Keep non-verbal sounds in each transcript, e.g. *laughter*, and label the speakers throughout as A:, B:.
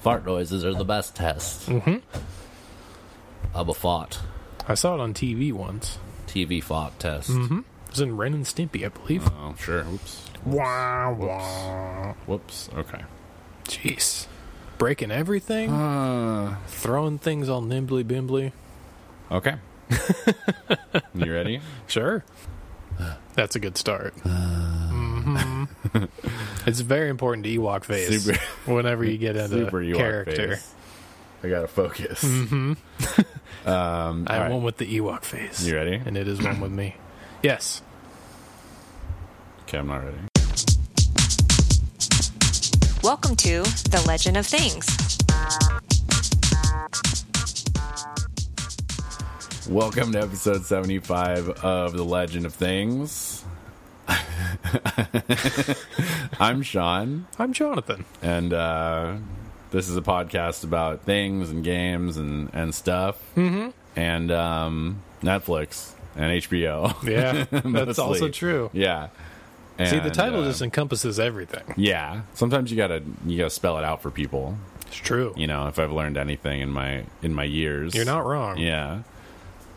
A: Fart noises are the best test. Mm-hmm. I'm a fart.
B: I saw it on TV once. Mm-hmm.
A: TV fart test.
C: Mm.
B: It was in Ren and Stimpy, I believe.
C: Oh, sure. Oops.
B: Wah, wah.
C: Whoops. Okay.
B: Jeez. Breaking everything,
C: Uh,
B: throwing things all nimbly bimbly.
C: *laughs* okay. you ready?
B: Sure.
C: Uh.
B: That's a good start. Mhm.
C: *laughs*
B: it's very important to Ewok face
C: Super-
B: whenever you get into
C: Super Ewok
B: character.
C: face. I gotta focus. um,
B: I have
C: all right.
B: one with the Ewok face.
C: You ready?
B: And it is one with
C: *laughs*
B: me. Yes.
C: *laughs* Okay, I'm not ready.
D: Welcome to The Legend of Things.
C: Welcome to episode 75 of The Legend of Things. *laughs* I'm Sean,
B: I'm
C: *laughs*
B: Jonathan.
C: and uh, this is a podcast about things and games and, and stuff, mm-hmm. and um, Netflix and HBO.
B: Yeah. that's
C: Mostly.
B: also true.
C: *laughs* Yeah.
B: See, the
C: And,
B: title
C: uh,
B: just encompasses everything.
C: yeah. Sometimes you gotta you gotta spell it out for people.
B: It's true.
C: You know, if I've learned anything in my in my years,
B: You're not wrong.
C: Yeah.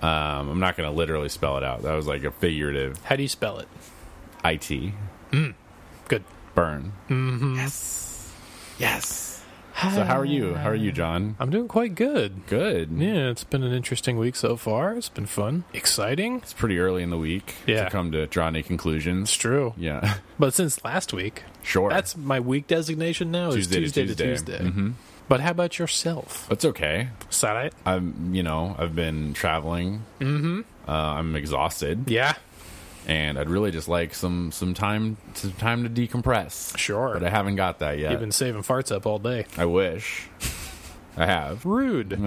C: Um, I'm not gonna literally spell it out. That was like a figurative
B: How do you spell it?
C: it
B: Good.
C: burn. Mm-hmm. Yes. Yes. So how are you? How are you, John?
B: I'm doing quite good.
C: Good.
B: Yeah, it's been an interesting week so far. It's been fun, exciting.
C: It's pretty early in the week
B: Yeah.
C: to come to draw any
B: It's
C: conclusions.
B: true.
C: Yeah. *laughs*
B: But since last week,
C: Sure.
B: that's my week designation now
C: Tuesday to
B: is Tuesday to
C: Tuesday. Mm-hmm.
B: Tuesday. But how about yourself?
C: that's okay.
B: Saturday?
C: I'm you know, I've been traveling. Mm-hmm. Uh, I'm exhausted.
B: Yeah,
C: and I'd really just like some some time some time to decompress.
B: Sure.
C: but I haven't got that yet.
B: you've been saving farts up all day.
C: I wish I have. *laughs*
B: Rude.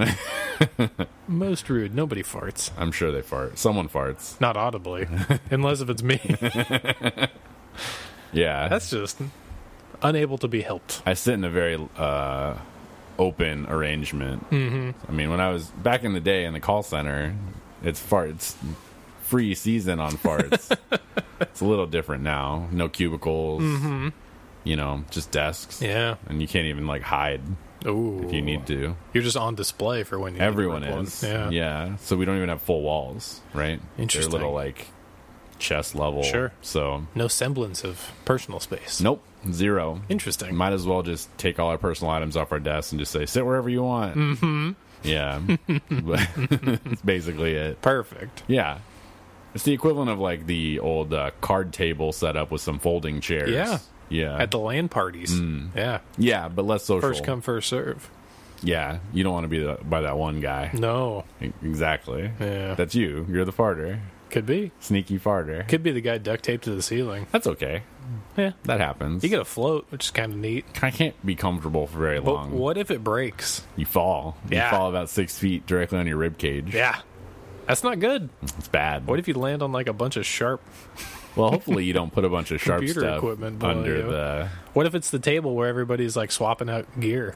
B: Most rude. Nobody farts.
C: I'm sure they fart. Someone farts.
B: Not audibly, unless if it's
C: *laughs*
B: me.
C: Yeah,
B: That's just unable to be helped.
C: I sit in a very uh, open arrangement. Mm-hmm. I mean, when I was back in the day in the call center, it's farts free season
B: *laughs*
C: on farts. it's a little different now. No cubicles. You know, just desks.
B: Mm-hmm. Yeah.
C: and you can't even like hide
B: Ooh.
C: if you need to.
B: You're just on display for when you need to
C: Everyone
B: rip one.
C: is.
B: Yeah.
C: So we don't even have full walls, right?
B: Interesting.
C: They're little like chest level.
B: Sure.
C: So
B: No semblance of personal space.
C: nope, zero.
B: Interesting.
C: Might as well just take all our personal items off our desks and just say sit wherever you want. Mm-hmm. Yeah. *laughs* But That's basically it.
B: Perfect.
C: Yeah. It's the equivalent of like the old uh, card table setup with some folding chairs.
B: Yeah.
C: Yeah.
B: At the land parties.
C: Hmm.
B: Yeah.
C: yeah, but less social.
B: First come, first serve.
C: Yeah, you don't want to be the, by that one guy. E-,
B: No.
C: Exactly.
B: Yeah.
C: That's you. You're the farter.
B: Could be.
C: Sneaky farter.
B: Could be the guy duct taped to the ceiling.
C: That's okay.
B: Yeah.
C: That happens.
B: You get a float, which is kind of neat.
C: I can't be comfortable for very
B: But
C: long.
B: what if it breaks?
C: You fall.
B: Yeah.
C: You fall about six feet directly on your rib cage.
B: Yeah. That's not good.
C: It's bad.
B: What if you land on like a bunch of sharp?
C: well, hopefully you don't put a bunch of sharp
B: Computer
C: stuff
B: equipment below
C: under
B: you.
C: the
B: What if it's the table where everybody's like swapping out gear?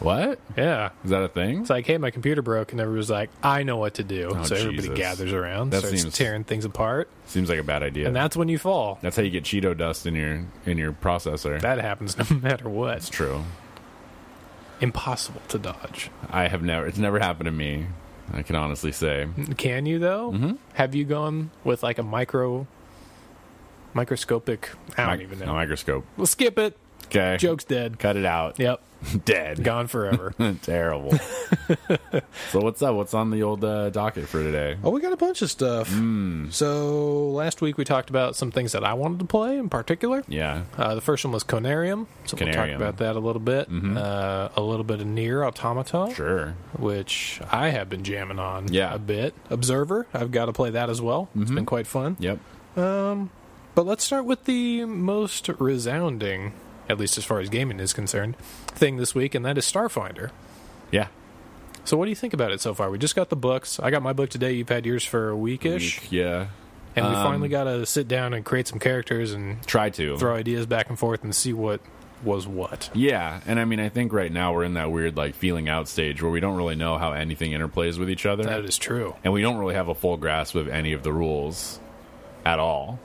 C: what?
B: Yeah.
C: Is that a thing?
B: It's like, hey, my computer broke, and everybody's like, I know what to do. so everybody
C: Oh, Jesus.
B: gathers around,
C: That
B: starts
C: seems-
B: tearing things apart,
C: Seems like a bad idea.
B: and that's when you fall.
C: That's how you get Cheeto dust in your in your processor.
B: That happens no *laughs* matter what.
C: That's true.
B: Impossible to dodge.
C: I have never. It's never happened to me. I can honestly say.
B: Can you though? Have you gone with like a micro, microscopic? I don't
C: Mi-
B: even know.
C: A microscope.
B: We'll skip it.
C: Okay.
B: Joke's dead.
C: Cut it out.
B: Yep,
C: *laughs* Dead.
B: gone forever.
C: Terrible. so what's up? What's on the old uh, docket for today?
B: *laughs* oh, we got a bunch of stuff. Hmm. So last week we talked about some things that I wanted to play in particular.
C: Yeah.
B: Uh, the first one was Conarium, so we'll talk
C: Conarium.
B: about that a little bit. Uh, a little bit of Near Automata,
C: Sure.
B: which I have been jamming on
C: Yeah. Mm-hmm.
B: a bit. Observer, I've got to play that as well. It's been quite fun.
C: Yep.
B: But let's start with the most resounding, at least as far as gaming is concerned, thing this week, and that is Starfinder.
C: Yeah.
B: So, what do you think about it so far? We just got the books. I got my book today. You've had yours for a weekish,
C: Week, Um, yeah.
B: and we finally got to sit down and create some characters and
C: Try to.
B: throw ideas back and forth and see what was what.
C: yeah, and I mean, I think right now we're in that weird like feeling out stage where we don't really know how anything interplays with each other,
B: That is true.
C: and we don't really have a full grasp of any of the rules at all.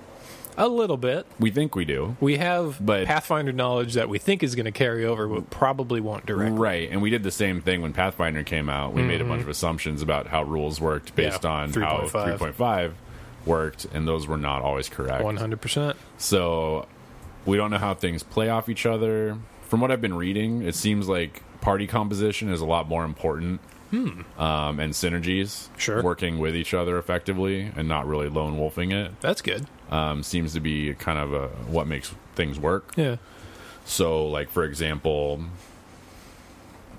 B: A little bit.
C: We think we do.
B: We have
C: But-
B: Pathfinder knowledge that we think is going to carry over, but probably won't directly.
C: Right, and we did the same thing when Pathfinder came out. We made a bunch of assumptions about how rules worked based
B: Mm-hmm. Yeah,
C: on how
B: 3.5.
C: 3.5 worked, and those were not always correct.
B: One hundred percent.
C: So we don't know how things play off each other. From what I've been reading, it seems like party composition is a lot more important. Um, and synergies,
B: Sure.
C: working with each other effectively and not really lone wolfing it,
B: That's good.
C: um, seems to be kind of a what makes things work.
B: Yeah.
C: So, like for example,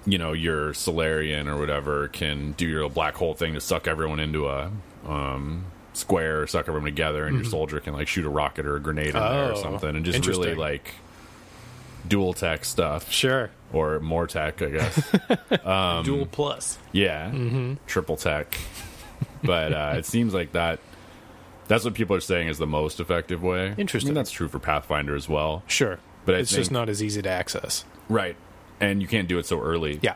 C: you know your Solarian or whatever can do your little black hole thing to suck everyone into a um, square, or suck everyone together, and your soldier can like shoot a rocket or a grenade in there
B: Mm-hmm. Oh,
C: or something, and just really
B: interesting.
C: like dual tech stuff
B: Sure.
C: or more tech, I guess.
B: *laughs*
C: Um,
B: Dual plus.
C: Yeah,
B: Mm-hmm.
C: triple tech. But uh, it seems like that. That's what people are saying is the most effective way. I mean,
B: Interesting.
C: that's true for Pathfinder as well.
B: Sure.
C: But I
B: it's just
C: think-
B: not as easy to access.
C: Right. And you can't do it so early.
B: Yeah.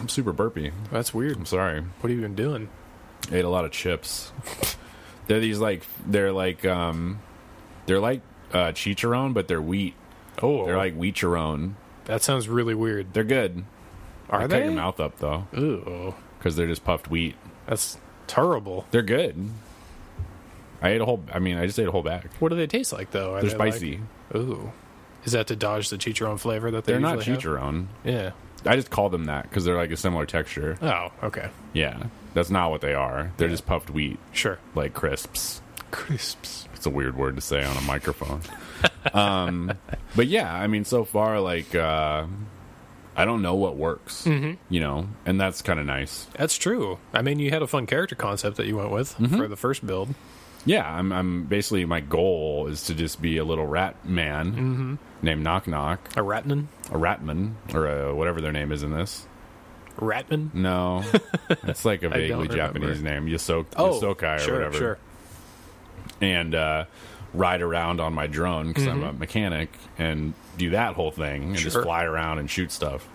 C: I'm super burpy.
B: That's weird.
C: I'm sorry.
B: What have you been doing?
C: Ate a lot of chips. they're these like they're like um they're like uh chicharron, but they're wheat.
B: Oh,
C: They're like wheat chicharron.
B: that sounds really weird.
C: They're good.
B: Are
C: I
B: they?
C: cut your mouth up though
B: Ooh,
C: because they're just puffed wheat.
B: that's terrible.
C: They're good. I ate a whole. I mean, I just ate a whole bag.
B: What do they taste like though? Are
C: They're
B: they like-
C: spicy.
B: ooh, is that to dodge the chicharron flavor that they
C: They're not
B: usually have?
C: chicharron.
B: Yeah.
C: I just call them that because they're like a similar texture.
B: Oh, okay.
C: Yeah, that's not what they are. They're just puffed wheat,
B: Sure.
C: like crisps.
B: Crisps.
C: It's a weird word to say on a microphone. um, but yeah, I mean, so far, like, uh, I don't know what works,
B: Mm-hmm.
C: you know, and that's kind of nice.
B: That's true. I mean, you had a fun character concept that you went with
C: Mm-hmm.
B: for the first build.
C: Yeah, I'm, I'm basically my goal is to just be a little rat man
B: Mm-hmm.
C: named Knock Knock,
B: A ratman.
C: a ratman, or a, whatever their name is in this.
B: Ratman. *laughs*
C: No, it's like a vaguely
B: remember.
C: Japanese name, Yosok-
B: Oh,
C: Yosokai or
B: sure,
C: whatever.
B: sure.
C: and uh, ride around on my drone because I'm a mechanic and do that whole thing and just
B: Sure.
C: fly around and shoot stuff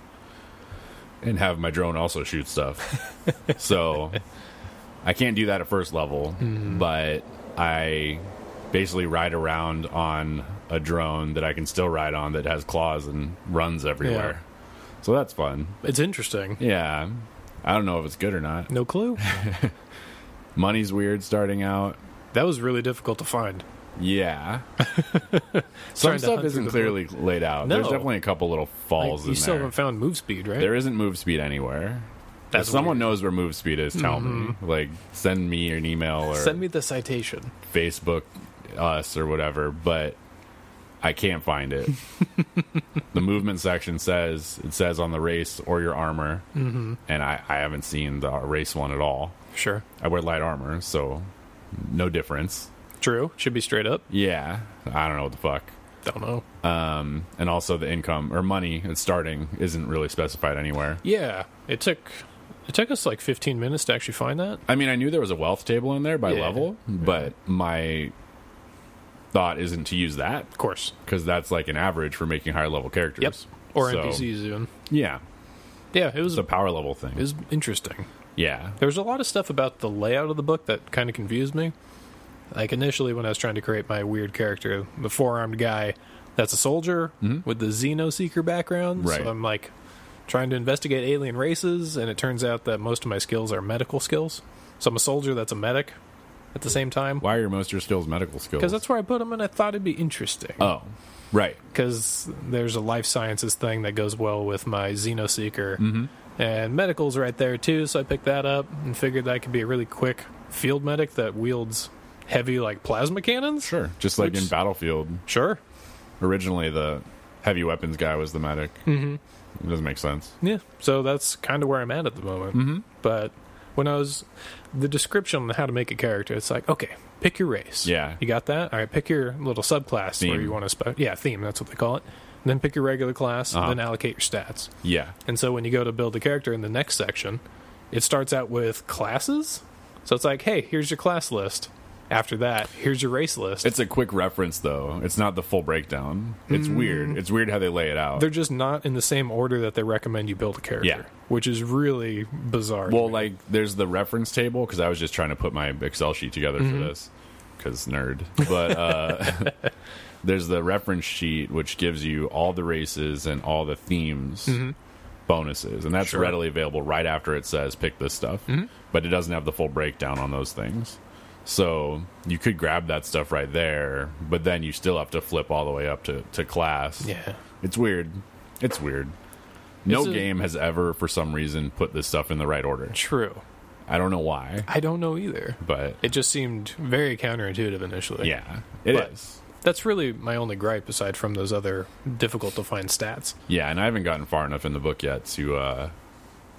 C: and have my drone also shoot stuff. so I can't do that at first level, but I basically ride around on a drone that I can still ride on that has claws and runs everywhere. So that's fun.
B: It's interesting.
C: Yeah. I don't know if it's good or not.
B: No clue.
C: Money's weird starting out.
B: *laughs* that was really difficult to find. *laughs*
C: Yeah.
B: Trying
C: Some
B: to
C: stuff
B: hunt through the
C: isn't clearly laid out.
B: No.
C: There's definitely a couple little
B: Like,
C: falls
B: you
C: in
B: still
C: there.
B: haven't found move speed, right?
C: there isn't move speed anywhere.
B: That's Mm-hmm.
C: if someone knows where move speed is, tell me. Like, send me an email or
B: Send me the citation.
C: Facebook us or whatever, but I can't
B: *laughs*
C: find it. the movement section says it says on the race or your armor, mm-hmm. and I, I haven't seen the race one at all.
B: Sure.
C: I wear light armor, so no difference.
B: True. Should be straight up.
C: Yeah, I don't know what the fuck.
B: Don't know.
C: and also the income or money it's starting isn't really specified anywhere.
B: Yeah, it took it took us like 15 minutes to actually find that.
C: I mean, I knew there was a wealth table in there by
B: Yeah.
C: level, but my thought isn't to use that
B: Of course.
C: because that's like an average for making higher level characters.
B: Yep. Or
C: So,
B: NPCs even.
C: Yeah,
B: Yeah, it was
C: it's a
B: it
C: power level thing.
B: was interesting.
C: yeah,
B: There was a lot of stuff about the layout of the book that kind of confused me. Like initially when I was trying to create my weird character, the four-armed guy that's a soldier with the Xeno Seeker background.
C: Right.
B: So I'm like trying to investigate alien races and it turns out that most of my skills are medical skills. So I'm a soldier that's a medic at the same time.
C: why are your most of your skills medical skills?
B: Because that's where I put him and I thought it'd be interesting.
C: oh, right.
B: because there's a life sciences thing that goes well with my Xenoseeker.
C: Mm-hmm.
B: And medical's right there too, so I picked that up and figured that could be a really quick field medic that wields heavy like plasma cannons.
C: Sure, just like
B: Which-
C: in Battlefield,
B: Sure.
C: originally the heavy weapons guy was the medic. Mm-hmm. It doesn't make sense.
B: Yeah. So that's kind of where I'm at at the moment. Mm-hmm. But when I was the description on how to make a character, it's like, okay, pick your race.
C: Yeah.
B: You got that? All right, pick your little subclass where
C: Theme.
B: you want to spe- yeah, theme, that's what they call it. And then pick your regular class,
C: Uh-huh.
B: then allocate your stats.
C: Yeah,
B: And so when you go to build a character in the next section, it starts out with classes. So it's like, hey, here's your class list. After that, here's your race list.
C: It's a quick reference, though. It's not the full breakdown. It's weird. It's weird how they lay it out.
B: Mm. They're just not in the same order that they recommend you build a character,
C: Yeah.
B: which is really bizarre. to
C: well,
B: me. Mm-hmm.
C: like there's the reference table because I was just trying to put my Excel sheet together for this. because nerd. But uh,
B: *laughs*
C: there's the reference sheet which gives you all the races and all the themes bonuses, and that's
B: Mm-hmm. Sure. Mm-hmm.
C: readily available right after it says pick this stuff. But it doesn't have the full breakdown on those things. So you could grab that stuff right there, but then you still have to flip all the way up to, to class.
B: Yeah.
C: It's weird. It's weird. No
B: It's a-
C: game has ever, for some reason, put this stuff in the right order.
B: True.
C: I don't know why,
B: I don't know either.
C: but
B: It just seemed very counterintuitive initially.
C: yeah, it is.
B: But- That's really my only gripe aside from those other difficult to find stats.
C: Yeah, and I haven't gotten far enough in the book yet to uh,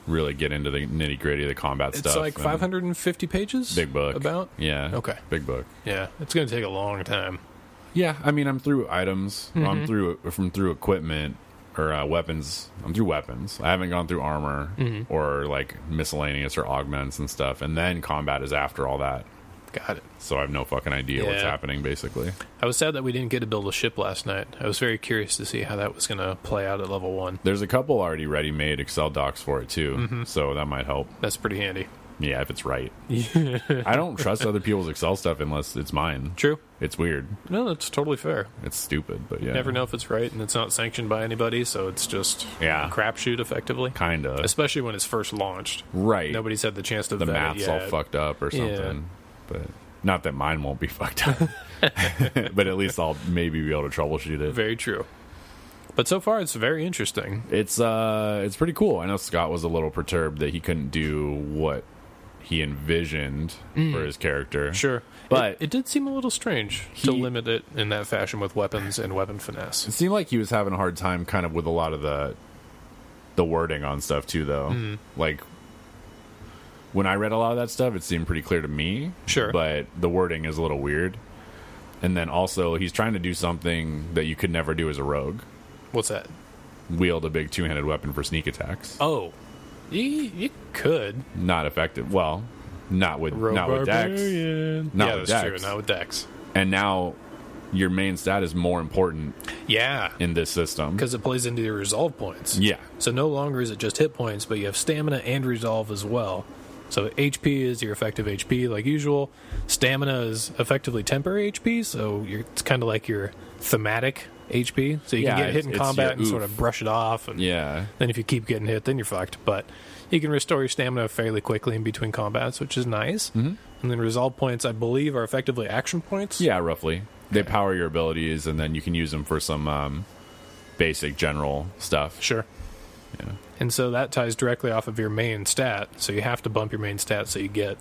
C: really get into the nitty gritty of the combat
B: It's
C: stuff.
B: like
C: and
B: 550 pages?
C: Big book.
B: About?
C: Yeah.
B: Okay.
C: Big book.
B: Yeah. It's going to take a long time.
C: Yeah, I mean, I'm through items. I'm through from through equipment or uh, weapons. I'm through weapons. I haven't gone through armor or like miscellaneous or augments and stuff. And then combat is after all that.
B: Got it.
C: So I have no fucking idea what's
B: Yeah.
C: happening. Basically,
B: I was sad that we didn't get to build a ship last night. I was very curious to see how that was going to play out at level one.
C: there's a couple already ready-made Excel docs for it too.
B: Mm-hmm.
C: So that might help.
B: That's pretty handy.
C: Yeah, if
B: *laughs*
C: it's right. I don't trust other people's Excel stuff unless it's mine.
B: True.
C: It's weird.
B: No, that's totally fair.
C: It's stupid, but yeah.
B: Never know if it's right, and it's not sanctioned by anybody, so it's just
C: Yeah.
B: a crapshoot effectively.
C: Kind of.
B: Especially when it's first launched.
C: Right.
B: Nobody's had the chance to
C: the
B: vet it
C: math's all
B: yet.
C: fucked up or
B: Yeah.
C: something. But not that mine won't be *laughs*
B: *laughs*
C: fucked up. but at least I'll maybe be able to troubleshoot it.
B: Very true. But so far, it's very interesting.
C: It's uh it's pretty cool. I know Scott was a little perturbed that he couldn't do what he envisioned
B: Mm.
C: for his character.
B: Sure,
C: But-
B: it, it did seem a little strange to
C: He-
B: limit it in that fashion with weapons and weapon finesse.
C: It seemed like he was having a hard time kind of with a lot of the the wording on stuff too though.
B: Mm-hmm.
C: Like when I read a lot of that stuff, it seemed pretty clear to me.
B: Sure.
C: But the wording is a little weird. And then also he's trying to do something that you could never do as a rogue.
B: What's that?
C: Wield a big two handed weapon for sneak attacks.
B: Oh, you, you could
C: Not effective. Well, not with
B: rogue
C: not with Dex.
B: barbarian.
C: Not
B: yeah,
C: with
B: that's
C: Dex.
B: true. Not with Dex.
C: And now your main stat is more important
B: Yeah,
C: in this system.
B: because it plays into your resolve points.
C: Yeah.
B: So no longer is it just hit points, but you have stamina and resolve as well. So HP is your effective HP like usual. Stamina is effectively temporary HP, so you're, it's kind of like your thematic HP. So you
C: Yeah,
B: can get hit
C: it's-
B: in
C: it's
B: combat
C: your
B: and sort
C: oof.
B: of brush it off. And
C: Yeah.
B: Then if you keep getting hit, then you're fucked. But you can restore your stamina fairly quickly in between combats, which is nice. Mm-hmm. And then resolve points, I believe, are effectively action points.
C: Yeah, roughly. They power your abilities, and then you can use them for some um, basic general stuff.
B: Sure. And so that ties directly off of your main stat. So you have to bump your main stat so you get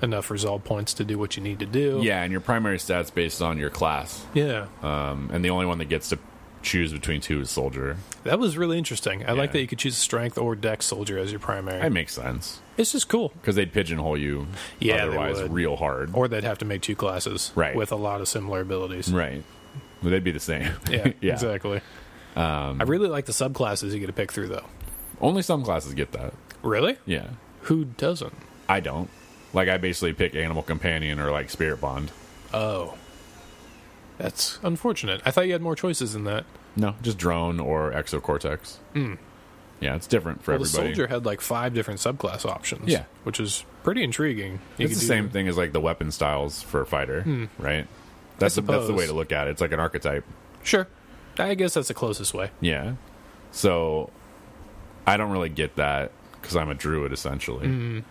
B: enough resolve points to do what you need to do.
C: Yeah, and your primary stats based on your class,
B: Yeah.
C: um, and the only one that gets to choose between two is soldier.
B: That was really interesting. I like
C: Yeah.
B: that you could choose strength or dex soldier as your primary.
C: That makes sense
B: it's just cool.
C: because they'd pigeonhole you
B: Yeah, they
C: otherwise
B: would.
C: real hard.
B: Or they'd have to make two classes
C: Right.
B: with a lot of similar abilities.
C: right, well, they'd be the same.
B: *laughs*
C: *laughs*
B: Yeah, exactly.
C: Um,
B: I really like the subclasses you get to pick through, though.
C: Only some classes get that.
B: Really?
C: Yeah,
B: Who doesn't?
C: I don't. Like I basically pick animal companion or like spirit bond.
B: Oh. That's unfortunate. I thought you had more choices than that.
C: No, just drone or exocortex. Yeah, it's different for
B: Hmm. Well, the
C: everybody.
B: soldier had like five different subclass options.
C: Yeah.
B: which is pretty intriguing. You
C: It's
B: could do-
C: the
B: Hmm.
C: same thing as like the weapon styles for a fighter, right? That's the, that's the
B: suppose.
C: way to look at it. It's like an archetype.
B: Sure, I guess that's the closest way.
C: Yeah. So I don't really get that because I'm a druid essentially,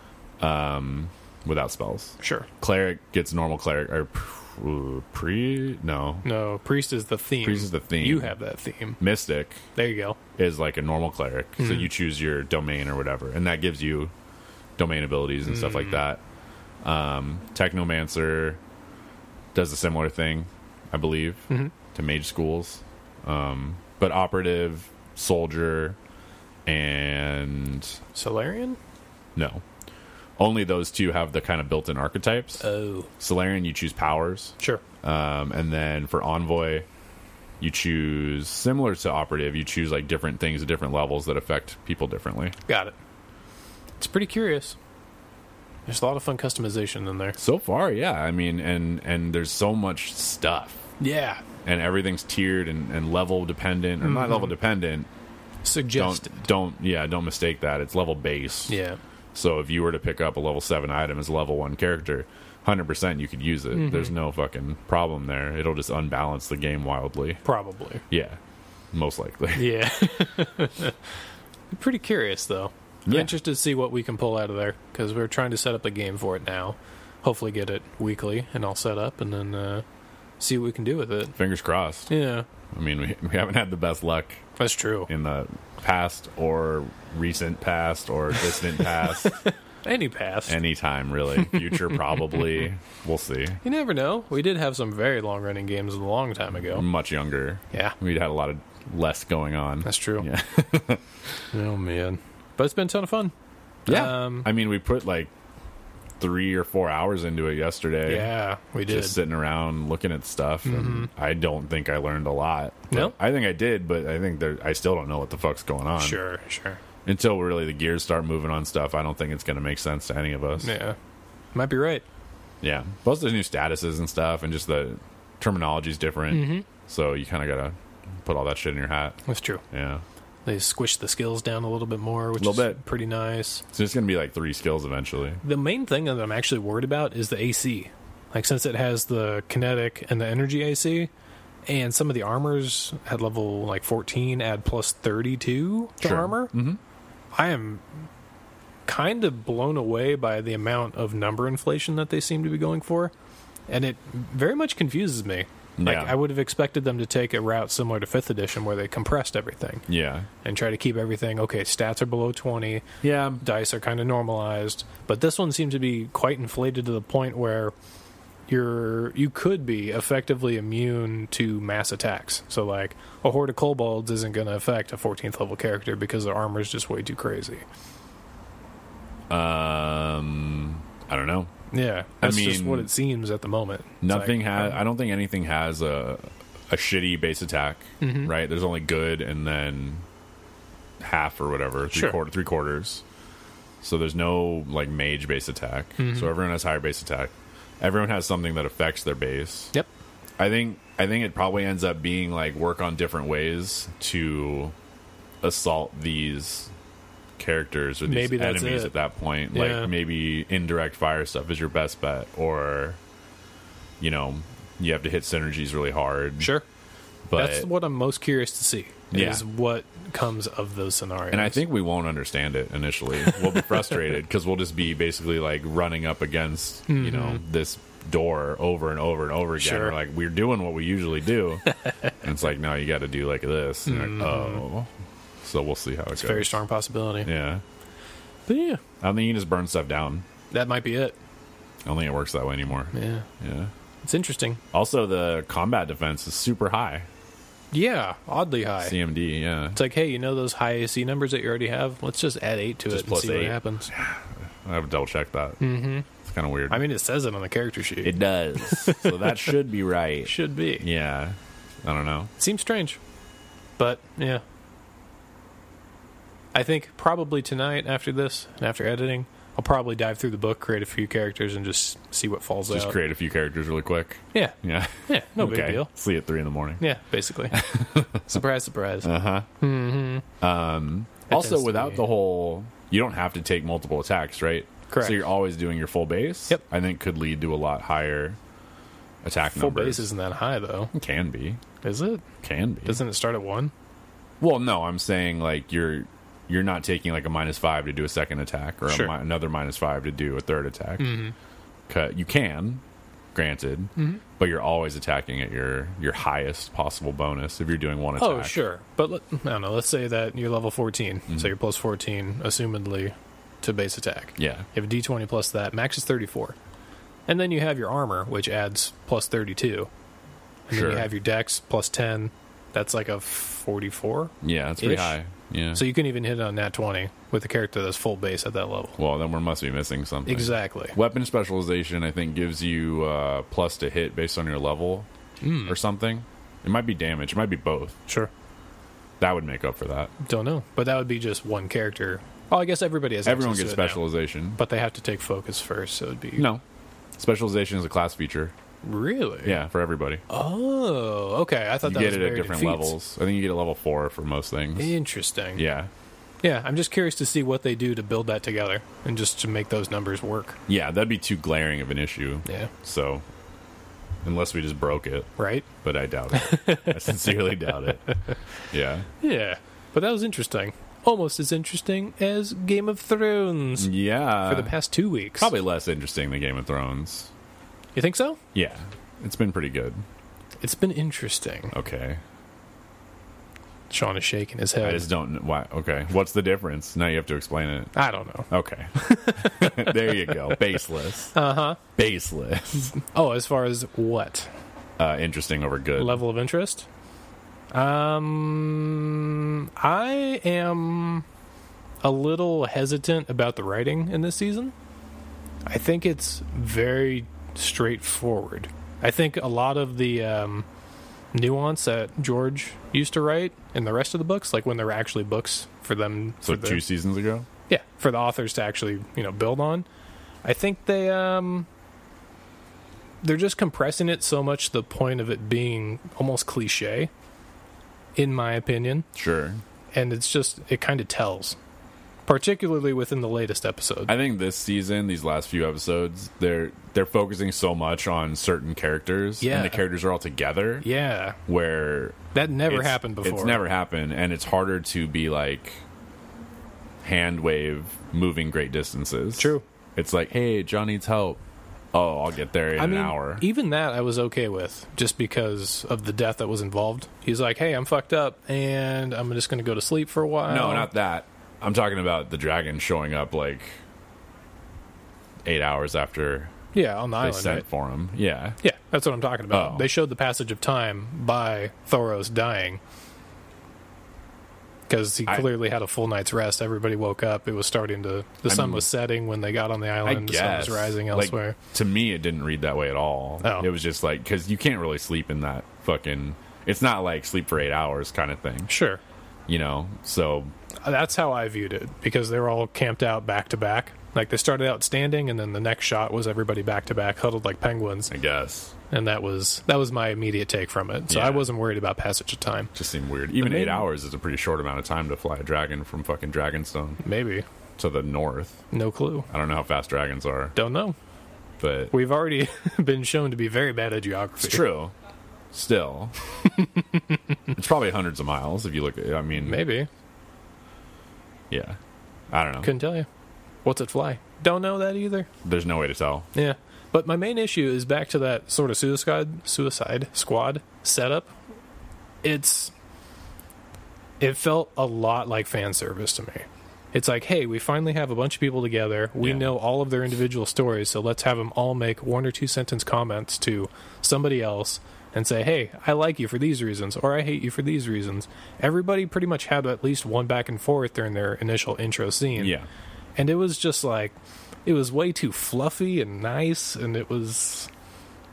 C: um,
B: Hmm.
C: without spells.
B: Sure.
C: Cleric gets normal cleric or pre, pre no
B: No, priest is the theme.
C: Priest is the theme.
B: Hmm. You have that theme.
C: mystic
B: There you go.
C: is like a normal cleric. So you choose your domain or whatever, and that gives you domain abilities and stuff like that. Um, Technomancer does a similar thing, I believe, to mage schools. Um, but operative, soldier, and
B: Solarian.
C: no. Only those two have the kind of built in archetypes.
B: Oh,
C: Solarian, you choose powers.
B: sure.
C: Um, and then for envoy, you choose similar to operative. You choose like different things at different levels that affect people differently.
B: Got it. It's pretty curious. There's a lot of fun customization in there.
C: So far, yeah. I mean, and and there's so much stuff,
B: Yeah.
C: and everything's tiered and, and level dependent, or
B: Mm-hmm.
C: not level dependent.
B: Suggested.
C: Don't don't yeah. Don't mistake that. It's level based.
B: Yeah.
C: So if you were to pick up a level seven item as a level one character, hundred percent you could use it.
B: Mm-hmm.
C: There's no fucking problem there. It'll just unbalance the game wildly.
B: Probably.
C: Yeah, most likely.
B: Yeah. *laughs* Pretty curious though. I'm
C: Yeah.
B: interested to see what we can pull out of there because we're trying to set up a game for it now. Hopefully, get it weekly and all set up, and then uh, see what we can do with it.
C: *laughs* Fingers crossed.
B: Yeah,
C: I mean, we, we haven't had the best luck
B: that's true.
C: in the past or recent past or distant
B: *laughs*
C: past.
B: Any past,
C: Anytime, really. Future, probably. We'll see.
B: you never know. We did have some very long-running games a long time ago.
C: Much younger.
B: Yeah,
C: We'd had a lot of less going on.
B: that's true.
C: Yeah.
B: Oh man, but it's been a ton of fun.
C: Yeah.
B: Um,
C: I mean, we put like three or four hours into it yesterday.
B: Yeah, we did. Mm-hmm.
C: Just sitting around looking at stuff. And I don't think I learned a lot.
B: No?
C: I think I did, but I think there, I still don't know what the fuck's going on.
B: Sure, sure.
C: Until really the gears start moving on stuff, I don't think it's going to make sense to any of us.
B: Yeah, might be right.
C: Yeah. Plus, there's new statuses and stuff, and just the terminology's different. So you kind of got to put all that shit in your hat.
B: That's true.
C: Yeah.
B: They squished the skills down a little bit more, which
C: Little
B: is
C: bit.
B: pretty nice.
C: So it's going to be like three skills eventually.
B: The main thing that I'm actually worried about is the AC. Like since it has the kinetic and the energy AC, and some of the armors at level like 14 add plus 32 to
C: Sure.
B: armor. Mm-hmm. I am kind of blown away by the amount of number inflation that they seem to be going for, and it very much confuses me. Like
C: Yeah.
B: I would have expected them to take a route similar to fifth edition where they compressed everything
C: Yeah.
B: and try to keep everything okay. Stats are below 20
C: Yeah.
B: dice are kind of normalized, but this one seemed to be quite inflated to the point where you're you could be effectively immune to mass attacks. So like a horde of kobolds isn't going to affect a 14th level character because their armor is just way too crazy.
C: Um, I don't know.
B: Yeah,
C: I
B: that's just
C: mean,
B: what it seems at the moment. It's
C: Nothing
B: like,
C: has. I don't think anything has a a shitty base attack, right? There's only good and then half or whatever, three
B: Sure.
C: quarter, three quarters. So there's no like mage base attack. So everyone has higher base attack. Everyone has something that affects their base.
B: Yep.
C: I think I think it probably ends up being like work on different ways to assault these characters or these
B: Maybe that's
C: enemies
B: it.
C: at that point.
B: Yeah.
C: Like maybe indirect fire stuff is your best bet, or you know you have to hit synergies really hard.
B: Sure.
C: but
B: that's what I'm most curious to see
C: Yeah.
B: is what comes of those scenarios.
C: and I think we won't understand it initially. We'll
B: *laughs*
C: be frustrated because we'll just be basically like running up against you know this door over and over and over again.
B: Mm-hmm. Sure.
C: We're like we're doing what we
B: *laughs*
C: usually do, and it's like no, you got to do like this. And you're like, oh, so we'll see how it
B: Mm-hmm. it's
C: goes.
B: a very strong possibility.
C: Yeah,
B: But yeah,
C: I don't think you can just burn stuff down.
B: that might be it.
C: I don't think it works that way anymore.
B: Yeah.
C: Yeah.
B: It's interesting.
C: Also, the combat defense is super high.
B: Yeah, oddly high.
C: CMD. Yeah.
B: It's like, hey, you know those high AC numbers that you already have? Let's just add eight to
C: Just
B: it and
C: plus
B: see what
C: eight.
B: happens.
C: I have to double check that. Mm-hmm. It's kind of weird.
B: I mean, it says it on the character sheet.
C: it does.
A: *laughs*
C: so that should be
B: *laughs*
C: right.
B: should be.
C: Yeah. I don't know.
B: Seems strange, but yeah. I think probably tonight after this and after editing, I'll probably dive through the book, create a few characters, and just see what falls
C: Just
B: out.
C: create a few characters really quick.
B: yeah,
C: Yeah.
B: yeah, no big
C: *laughs* Okay.
B: deal.
C: See you at three in
B: *laughs*
C: the morning.
B: Yeah,
C: *laughs*
B: basically. surprise, surprise.
C: Uh huh. Mm-hmm. Um.
B: tends
C: Also,
B: to
C: without
B: be-
C: the whole, you don't have to take multiple attacks, right?
B: Correct.
C: So you're always doing your full base.
B: Yep.
C: I think could lead to a lot higher attack
B: Full
C: numbers.
B: base isn't that high though,
C: Can be.
B: is
C: *laughs*
B: it?
C: Can be.
B: Doesn't it start at one?
C: Well, no, I'm saying like you're you're not taking like a minus five to do a second attack or
B: Sure. Mm-hmm.
C: a mi- another minus five to do a third attack. Ca- You can, granted, but you're always attacking at your your highest possible bonus if you're doing one attack.
B: Oh, sure. But let, I don't know. Let's say that you're level 14, so you're plus 14, assumedly, to base attack.
C: Mm-hmm. Yeah,
B: You have a d20 plus that. Max is 34. And then you have your armor, which adds plus 32. And
C: Sure.
B: then you have your dex plus 10. That's like a 44.
C: yeah, that's pretty
B: Ish.
C: high. Yeah.
B: So you can even hit on nat 20 with a character that's full base at that level.
C: well, then we must be missing something.
B: Exactly.
C: Weapon specialization, I think, gives you uh, plus to hit based on your level
B: Hmm.
C: or something. It might be damage. It might be both.
B: Sure.
C: That would make up for that.
B: Don't know. But that would be just one character. Oh, I guess everybody has
C: Everyone
B: access
C: gets
B: to it now.
C: specialization.
B: But they have to take focus first, so it'd be.
C: No. Specialization is a class feature.
B: Really?
C: Yeah, for everybody.
B: Oh, okay. I thought
C: you
B: that
C: get
B: was
C: it
B: buried in
C: at different
B: feats.
C: levels. I think you get a level four for most things.
B: Interesting.
C: Yeah.
B: Yeah, I'm just curious to see what they do to build that together and just to make those numbers work.
C: Yeah, that'd be too glaring of an issue.
B: Yeah.
C: So, unless we just broke it,
B: Right?
C: but I doubt it.
B: *laughs*
C: I sincerely doubt it. Yeah.
B: Yeah. But that was interesting. Almost as interesting as Game of Thrones
C: Yeah.
B: for the past two weeks.
C: Probably less interesting than Game of Thrones.
B: You think so?
C: Yeah. It's been pretty good.
B: It's been interesting.
C: Okay.
B: Sean is shaking his
C: I
B: head.
C: just don't kn- why. Okay. What's the difference? Now you have to explain it.
B: I don't know.
C: Okay. *laughs* there you go. Baseless. Uh huh.
B: Uh-huh.
C: Baseless.
B: Oh, as far as what?
C: Uh, interesting over good.
B: level of interest? Um, I am a little hesitant about the writing in this season. I think it's very straightforward. I think a lot of the um, nuance that George used to write in the rest of the books, like when there were actually books for them,
C: so
B: for the,
C: two seasons ago.
B: yeah, for the authors to actually you know build on. I think they um they're just compressing it so much to the point of it being almost cliche, in my opinion,
C: Sure.
B: and it's just it kind of tells, particularly within the latest episode.
C: I think this season, these last few episodes, they're they're focusing so much on certain characters,
B: Yeah.
C: and the characters are all together.
B: yeah,
C: Where
B: that never
C: it's-
B: happened before.
C: It's never happened, and it's harder to be like hand wave moving great distances.
B: True.
C: It's like, hey, John needs help. Oh, I'll get there in
B: I mean, e-
C: an hour.
B: even that I was okay with, just because of the death that was involved. He's like, "Hey, I'm fucked up, and I'm just going to go to sleep for a while."
C: no, not that. I'm talking about the dragon showing up like eight hours after
B: yeah, on the
C: they
B: island.
C: sent
B: right?
C: for him. Yeah.
B: Yeah, that's what I'm talking about.
C: Oh.
B: They showed the passage of time by Thoros dying. Because he
C: I-
B: clearly had a full night's rest. Everybody woke up. It was starting to. The sun was setting when they got on the
C: I
B: island. oh, The sun
C: guess
B: was rising
C: Like,
B: elsewhere.
C: to me, it didn't read that way at all.
B: Oh.
C: It was just like because you can't really sleep in that fucking. It's not like sleep for eight hours kind of thing,
B: sure.
C: you know. So
B: That's how I viewed it. Because they were all camped out back to back. Like they started out standing, and then the next shot was everybody back to back, huddled like penguins.
C: I guess
B: And that was that was my immediate take from it. So
C: Yeah.
B: I wasn't worried about passage of time.
C: just seemed weird. Even
B: main-
C: eight hours is a pretty short amount of time to fly a dragon from fucking Dragonstone *laughs*
B: Maybe.
C: to the north.
B: No clue.
C: I don't know how fast dragons are,
B: Don't know.
C: but
B: We've already *laughs* been shown to be very bad at geography.
C: it's true.
B: *laughs*
C: Still, it's probably hundreds of miles if you look at. I mean,
B: Maybe.
C: yeah. I don't know.
B: Couldn't tell you. What's it fly? Don't know that either.
C: There's no way to tell.
B: Yeah. But my main issue is back to that sort of suicide suicide squad setup. It's it felt a lot like fan service to me. It's like, hey, we finally have a bunch of people together. We
C: Yeah.
B: know all of their individual stories, so let's have them all make one or two sentence comments to somebody else and say, hey, I like you for these reasons, or I hate you for these reasons. Everybody pretty much had at least one back and forth during their initial intro scene
C: Yeah.
B: and it was just like it was way too fluffy and nice and it was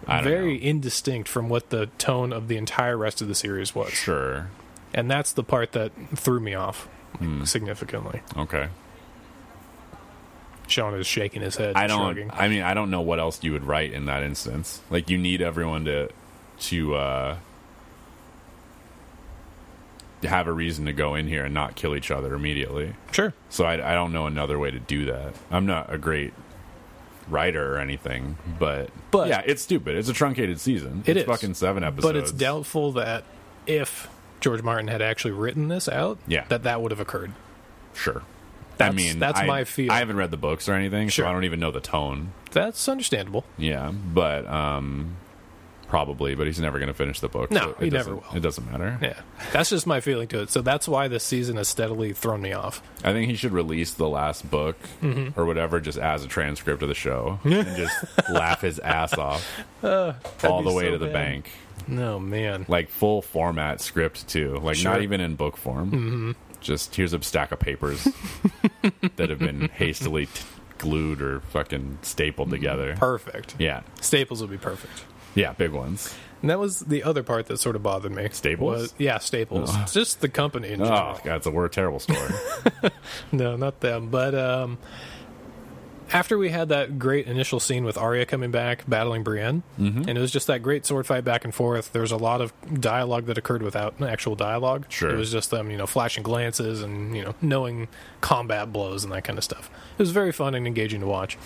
C: I don't
B: very
C: know.
B: indistinct from what the tone of the entire rest of the series was
C: sure.
B: and that's the part that threw me off
C: Hmm.
B: significantly
C: Okay.
B: sean is shaking his head
C: I
B: and
C: don't.
B: shrugging.
C: I mean, I don't know what else you would write in that instance. Like, you need everyone to to uh, have a reason to go in here and not kill each other immediately.
B: sure
C: So I, I don't know another way to do that. I'm not a great writer or anything, but
B: But-
C: yeah, it's stupid. It's a truncated season.
B: It
C: it's
B: is.
C: fucking seven episodes.
B: but it's doubtful that if george martin had actually written this out
C: Yeah.
B: that that would have occurred
C: Sure. I
B: That's-
C: mean,
B: that's
C: I-
B: my feel.
C: I haven't read the books or anything,
B: Sure.
C: so I don't even know the tone.
B: that's understandable
C: Yeah, but um, probably. But he's never going to finish the book.
B: No,
C: it
B: he never
C: doesn't-
B: will.
C: It doesn't matter.
B: yeah that's just my feeling to it so that's why this season has steadily thrown me off
C: I think he should release the last book
B: Mm-hmm.
C: or whatever just as a transcript of
B: *laughs*
C: the show and just laugh his ass off all
B: Uh, be
C: the way
B: so
C: to the
B: bad.
C: bank.
B: no man
C: Like full format script too. Like
B: Sure.
C: not even in book form. Mm-hmm. Just here's a stack
B: *laughs*
C: of papers that have been hastily t- glued or fucking stapled
B: Mm-hmm.
C: together.
B: perfect
C: yeah.
B: staples would be perfect
C: Yeah, big ones.
B: And that was the other part that sort of bothered me.
C: Staples?
B: Was- yeah, Staples. Just the company in
C: Oh,
B: general. *laughs*
C: God, it's a, we're a terrible store.
B: No, not them. But um, after we had that great initial scene with Arya coming back battling Brienne,
C: Mm-hmm.
B: and it was just that great sword fight back and forth. There was a lot of dialogue that occurred without actual dialogue.
C: Sure.
B: it was just them, you know, flashing glances and you know, knowing combat blows and that kind of stuff. It was very fun and engaging to watch.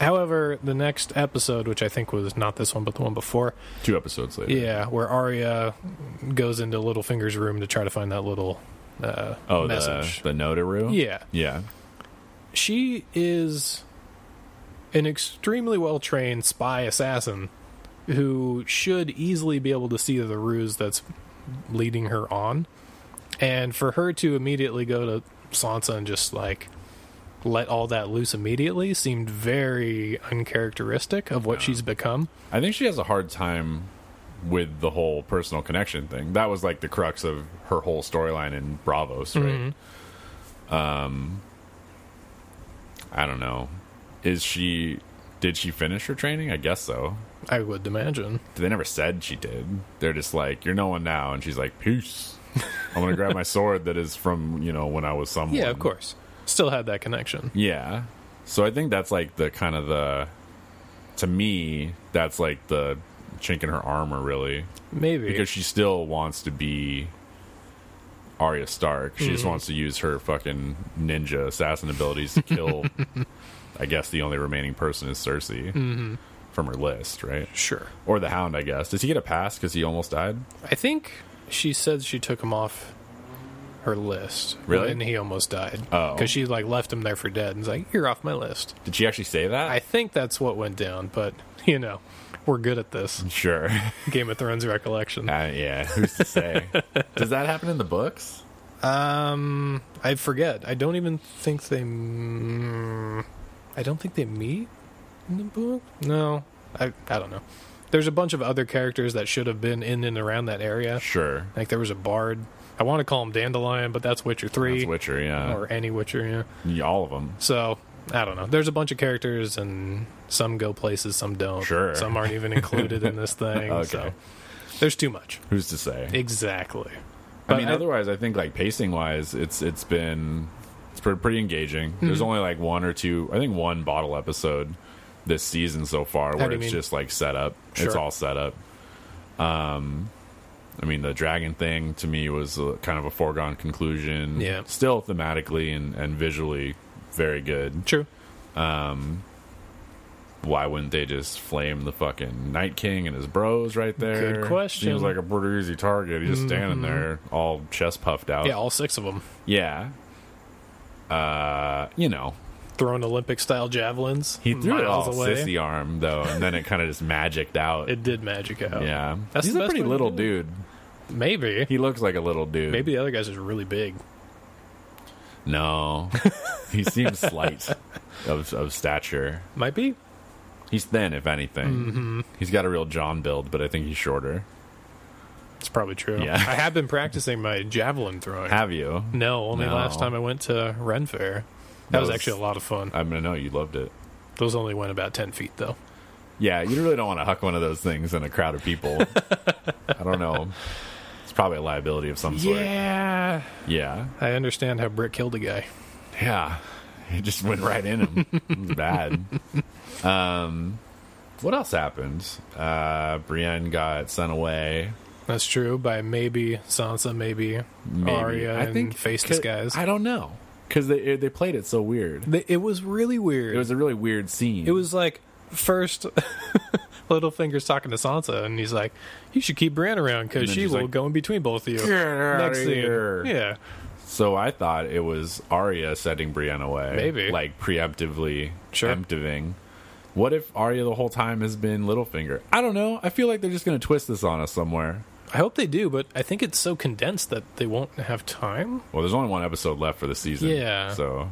B: However, the next episode, which I think was not this one but the one before,
C: Two episodes later.
B: yeah, where Arya goes into Littlefinger's room to try to find that little uh,
C: Oh,
B: message.
C: the the Notaru.
B: yeah,
C: Yeah.
B: she is an extremely well trained spy assassin who should easily be able to see the ruse that's leading her on. And for her to immediately go to Sansa and just like let all that loose immediately seemed very uncharacteristic of what she's become.
C: I think she has a hard time with the whole personal connection thing. That was like the crux of her whole storyline in Bravos, right? Um,
B: Mm-hmm.
C: I don't know. Is she? Did she finish her training? I guess so.
B: I would imagine.
C: They never said she did. They're just like, "You're no one now," and she's like, "Peace." I'm
B: *laughs*
C: gonna grab my sword that is from you know when I was someone.
B: Yeah, of course. Still had that connection.
C: Yeah. So I think that's like the kind of the to me that's like the chink in her armor really
B: Maybe.
C: because she still wants to be Arya Stark. She
B: Hmm.
C: just wants to use her fucking ninja assassin abilities
B: *laughs*
C: to kill I guess the only remaining person is Cersei
B: Mm-hmm.
C: from her list, right?
B: sure.
C: Or the Hound, I guess. Does he get a pass cuz he almost died?
B: I think she said she took him off her list.
C: Really?
B: And he almost died.
C: Oh.
B: Because she like left him there for dead and was like, You're off my list.
C: Did she actually say that?
B: I think that's what went down, but you know, we're good at this.
C: *laughs*
B: *laughs*
C: sure. *laughs*
B: Game of Thrones recollection.
C: Uh, yeah, who's to say?
B: *laughs*
C: Does that happen in the books?
B: Um I forget. I don't even think they mm, I don't think they meet in the book. No. I I don't know. There's a bunch of other characters that should have been in and around that area.
C: Sure.
B: Like there was a bard. I want to call him Dandelion, but that's Witcher 3.
C: That's Witcher, yeah.
B: or any Witcher, yeah.
C: Yeah, all of them.
B: So I don't know. There's a bunch of characters, and some go places, some don't.
C: Sure.
B: some aren't even included in
C: *laughs*
B: this thing.
C: Okay.
B: So there's too much.
C: Who's to say?
B: Exactly.
C: I mean, otherwise, I think like pacing wise, it's it's been it's pre- pretty engaging.
B: Mm-hmm.
C: There's only like one or two, I think one bottle episode this season so far where
B: do you
C: it's
B: mean?
C: just like set up. It's
B: Sure.
C: all set up. Um, I mean, the dragon thing to me was a, kind of a foregone conclusion.
B: Yeah.
C: still thematically and, and visually very good.
B: true.
C: Why wouldn't they just flame the fucking Night King and his bros right there?
B: question. Mm-hmm.
C: Seems like a pretty easy target. He's just standing there, all chest puffed out.
B: Yeah, all six of them
C: Yeah. Uh, you know,
B: throwing Olympic style javelins.
C: he threw it all
B: miles away.
C: sissy arm though, and then it kind of just magicked out.
B: It did magic out.
C: yeah,
B: That's
C: he's
B: the
C: a
B: best
C: pretty
B: way to
C: little
B: do
C: dude.
B: maybe.
C: He looks like a little dude.
B: Maybe the other guy's just really big. *laughs*
C: no, he seems slight of of stature.
B: Might be.
C: He's thin, if anything. Mm-hmm. He's got a real John build, but I think he's shorter.
B: It's probably true.
C: Yeah.
B: I have been practicing my javelin throwing. *laughs*
C: Have you?
B: no, only
C: No.
B: last time I went to Ren Fair. That,
C: That
B: was
C: was-
B: actually a lot of fun.
C: I mean, I know you loved it.
B: Those only went about ten feet though.
C: Yeah, you really don't want to huck one of those things in a crowd
B: *laughs*
C: of people. I don't know. It's probably a liability of some sort.
B: Yeah.
C: Yeah.
B: I understand how Brick killed a guy.
C: Yeah, it just went right in him. It was bad. Um, what else happened? Uh, Brienne got sent away.
B: That's true. By maybe Sansa, maybe,
C: Maybe.
B: Arya,
C: I think
B: and face
C: 'cause-
B: disguise.
C: I don't know because they they played it so weird.
B: Th- it was really weird.
C: It was a really weird scene.
B: It was like first, *laughs* Littlefinger's talking to Sansa, and he's like, "You should keep Bran around
C: And
B: because
C: then
B: she
C: she's
B: will
C: like,
B: go in between both of you."
C: Get outta
B: Next scene.
C: here.
B: yeah,
C: so. I thought it was Arya setting Brienne away,
B: Maybe.
C: like preemptively,
B: Sure.
C: preemptiving. What if Arya the whole time has been Littlefinger? I don't know. I feel like they're just going to twist this on us somewhere.
B: I hope they do, but I think it's so condensed that they won't have time.
C: Well, there's only one episode left for the season.
B: Yeah.
C: So.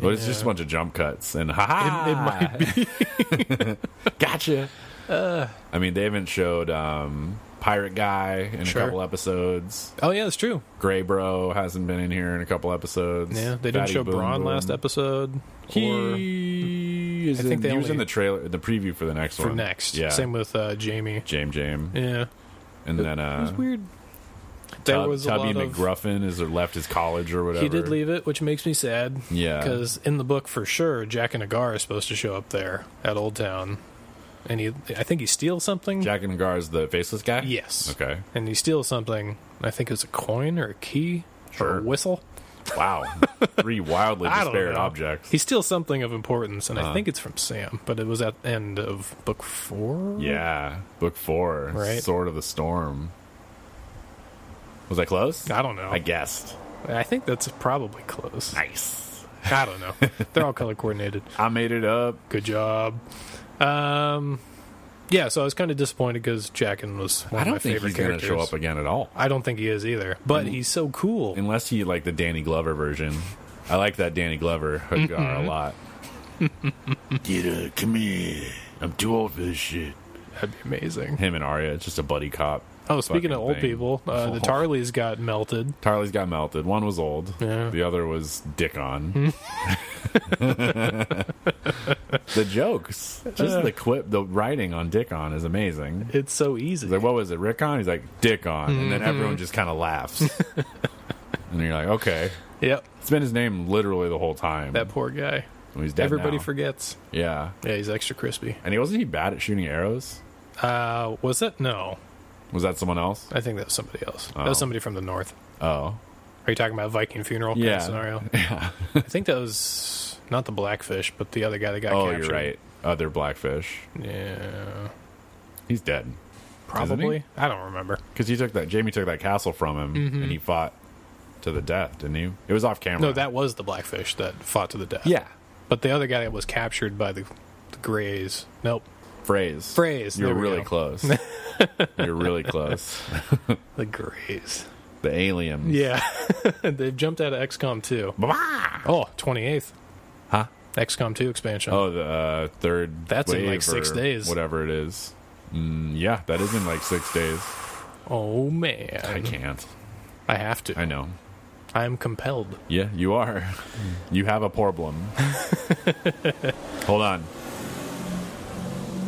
C: Well, it's just a
B: Yeah.
C: bunch of jump cuts and haha.
B: It might
C: be. *laughs* gotcha. I mean, they haven't showed um, Pirate Guy in
B: Sure.
C: a couple episodes.
B: Oh yeah, that's true.
C: Gray Bro hasn't been in here in a couple episodes.
B: Yeah, they didn't
C: Fatty
B: show
C: Boom
B: Braun
C: Boom.
B: last episode. or
C: He is
B: I think
C: in-
B: they
C: he was
B: only-
C: in the trailer, the preview for the next
B: for
C: one.
B: next.
C: Yeah.
B: Same with uh, Jamie.
C: Jame Jame.
B: Yeah,
C: And then
B: it was
C: uh,
B: weird. There
C: Tub-
B: was a
C: Tubby
B: lot of-
C: McGruffin is or left his college or whatever.
B: He did leave it, which makes me sad.
C: Yeah.
B: Because in the book, for sure, Jack and Agar is supposed to show up there at Old Town, and he, I think he steals something.
C: Jack and Gar is the faceless guy.
B: Mm. Yes.
C: Okay.
B: And he steals something. I think it's a coin or a key or
C: Sure.
B: a whistle.
C: Wow. *laughs* Three
B: *laughs*
C: wildly
B: I don't
C: disparate
B: know.
C: objects. Uh.
B: He steals something of importance, and I think it's from Sam, but it was at the end of book four.
C: yeah. Book four.
B: Right.
C: Sword of the Storm. Was I close?
B: I don't know.
C: I guessed.
B: I think that's probably close.
C: *laughs* Nice.
B: I don't know. *laughs* They're all color coordinated.
C: I made it up.
B: Good job. Um, yeah. So I was kind of disappointed because Jackin was one
C: I
B: of my
C: don't think
B: favorite
C: he's going to
B: characters.
C: show up Mm. again at all.
B: I don't think he is either, but he's so cool.
C: Unless he like the Danny Glover version. I like that Danny Glover
B: Mm-hmm.
C: Hagar a
B: *laughs*
C: lot. Get uh, come here. I'm too old for this shit.
B: That'd be amazing.
C: Him and Arya, it's just a buddy cop.
B: Oh, speaking of
C: fucking
B: old
C: thing.
B: people, uh,
C: *laughs*
B: the Tarleys got melted.
C: Tarly's got melted. One was old.
B: Yeah. Hmm.
C: The other was dick *laughs* on. the jokes, just the quip, the writing on dick on is amazing.
B: It's so easy.
C: He's like, what was it, Rick on? He's like, dick on. And
B: Hmm.
C: then everyone just kind of
B: *laughs*
C: laughs. and you're like, okay.
B: Yep,
C: It's been his name literally the whole time.
B: that poor guy.
C: He's dead
B: Everybody
C: now.
B: forgets.
C: Yeah.
B: Yeah, he's extra crispy.
C: And he wasn't he bad at shooting arrows?
B: Uh, was it? No,
C: Was that someone else?
B: I think that was somebody else. That
C: Oh.
B: was somebody from the north.
C: Oh.
B: Are you talking about Viking funeral kind of
C: Yeah.
B: scenario?
C: *laughs* Yeah.
B: I think that was not the blackfish, but the other guy that got
C: oh,
B: captured.
C: you're right. Other blackfish.
B: Yeah,
C: He's dead.
B: probably. I don't remember.
C: Because he took that Jamie took that castle from him and he fought to the death, didn't he? It was off camera.
B: Mm-hmm. No, that was the blackfish that fought to the death.
C: Yeah.
B: but the other guy that was captured by the, the Greys. Nope,
C: Phrase.
B: Phrase,
C: You're
B: there we
C: really
B: go. *laughs*
C: close. You're really close.
B: the Greys.
C: The alien.
B: Yeah, *laughs* they've jumped out of XCOM 2.
C: Bah!
B: Oh, 28th.
C: Huh?
B: XCOM 2 expansion.
C: Oh, the uh, third.
B: That's in,
C: wave
B: like, six
C: or
B: days.
C: Whatever it is. Mm, yeah, that is in like six days.
B: Oh, man.
C: I can't.
B: I have to.
C: I know.
B: I am compelled.
C: Yeah, you are. You have
B: *laughs*
C: a problem. Hold on.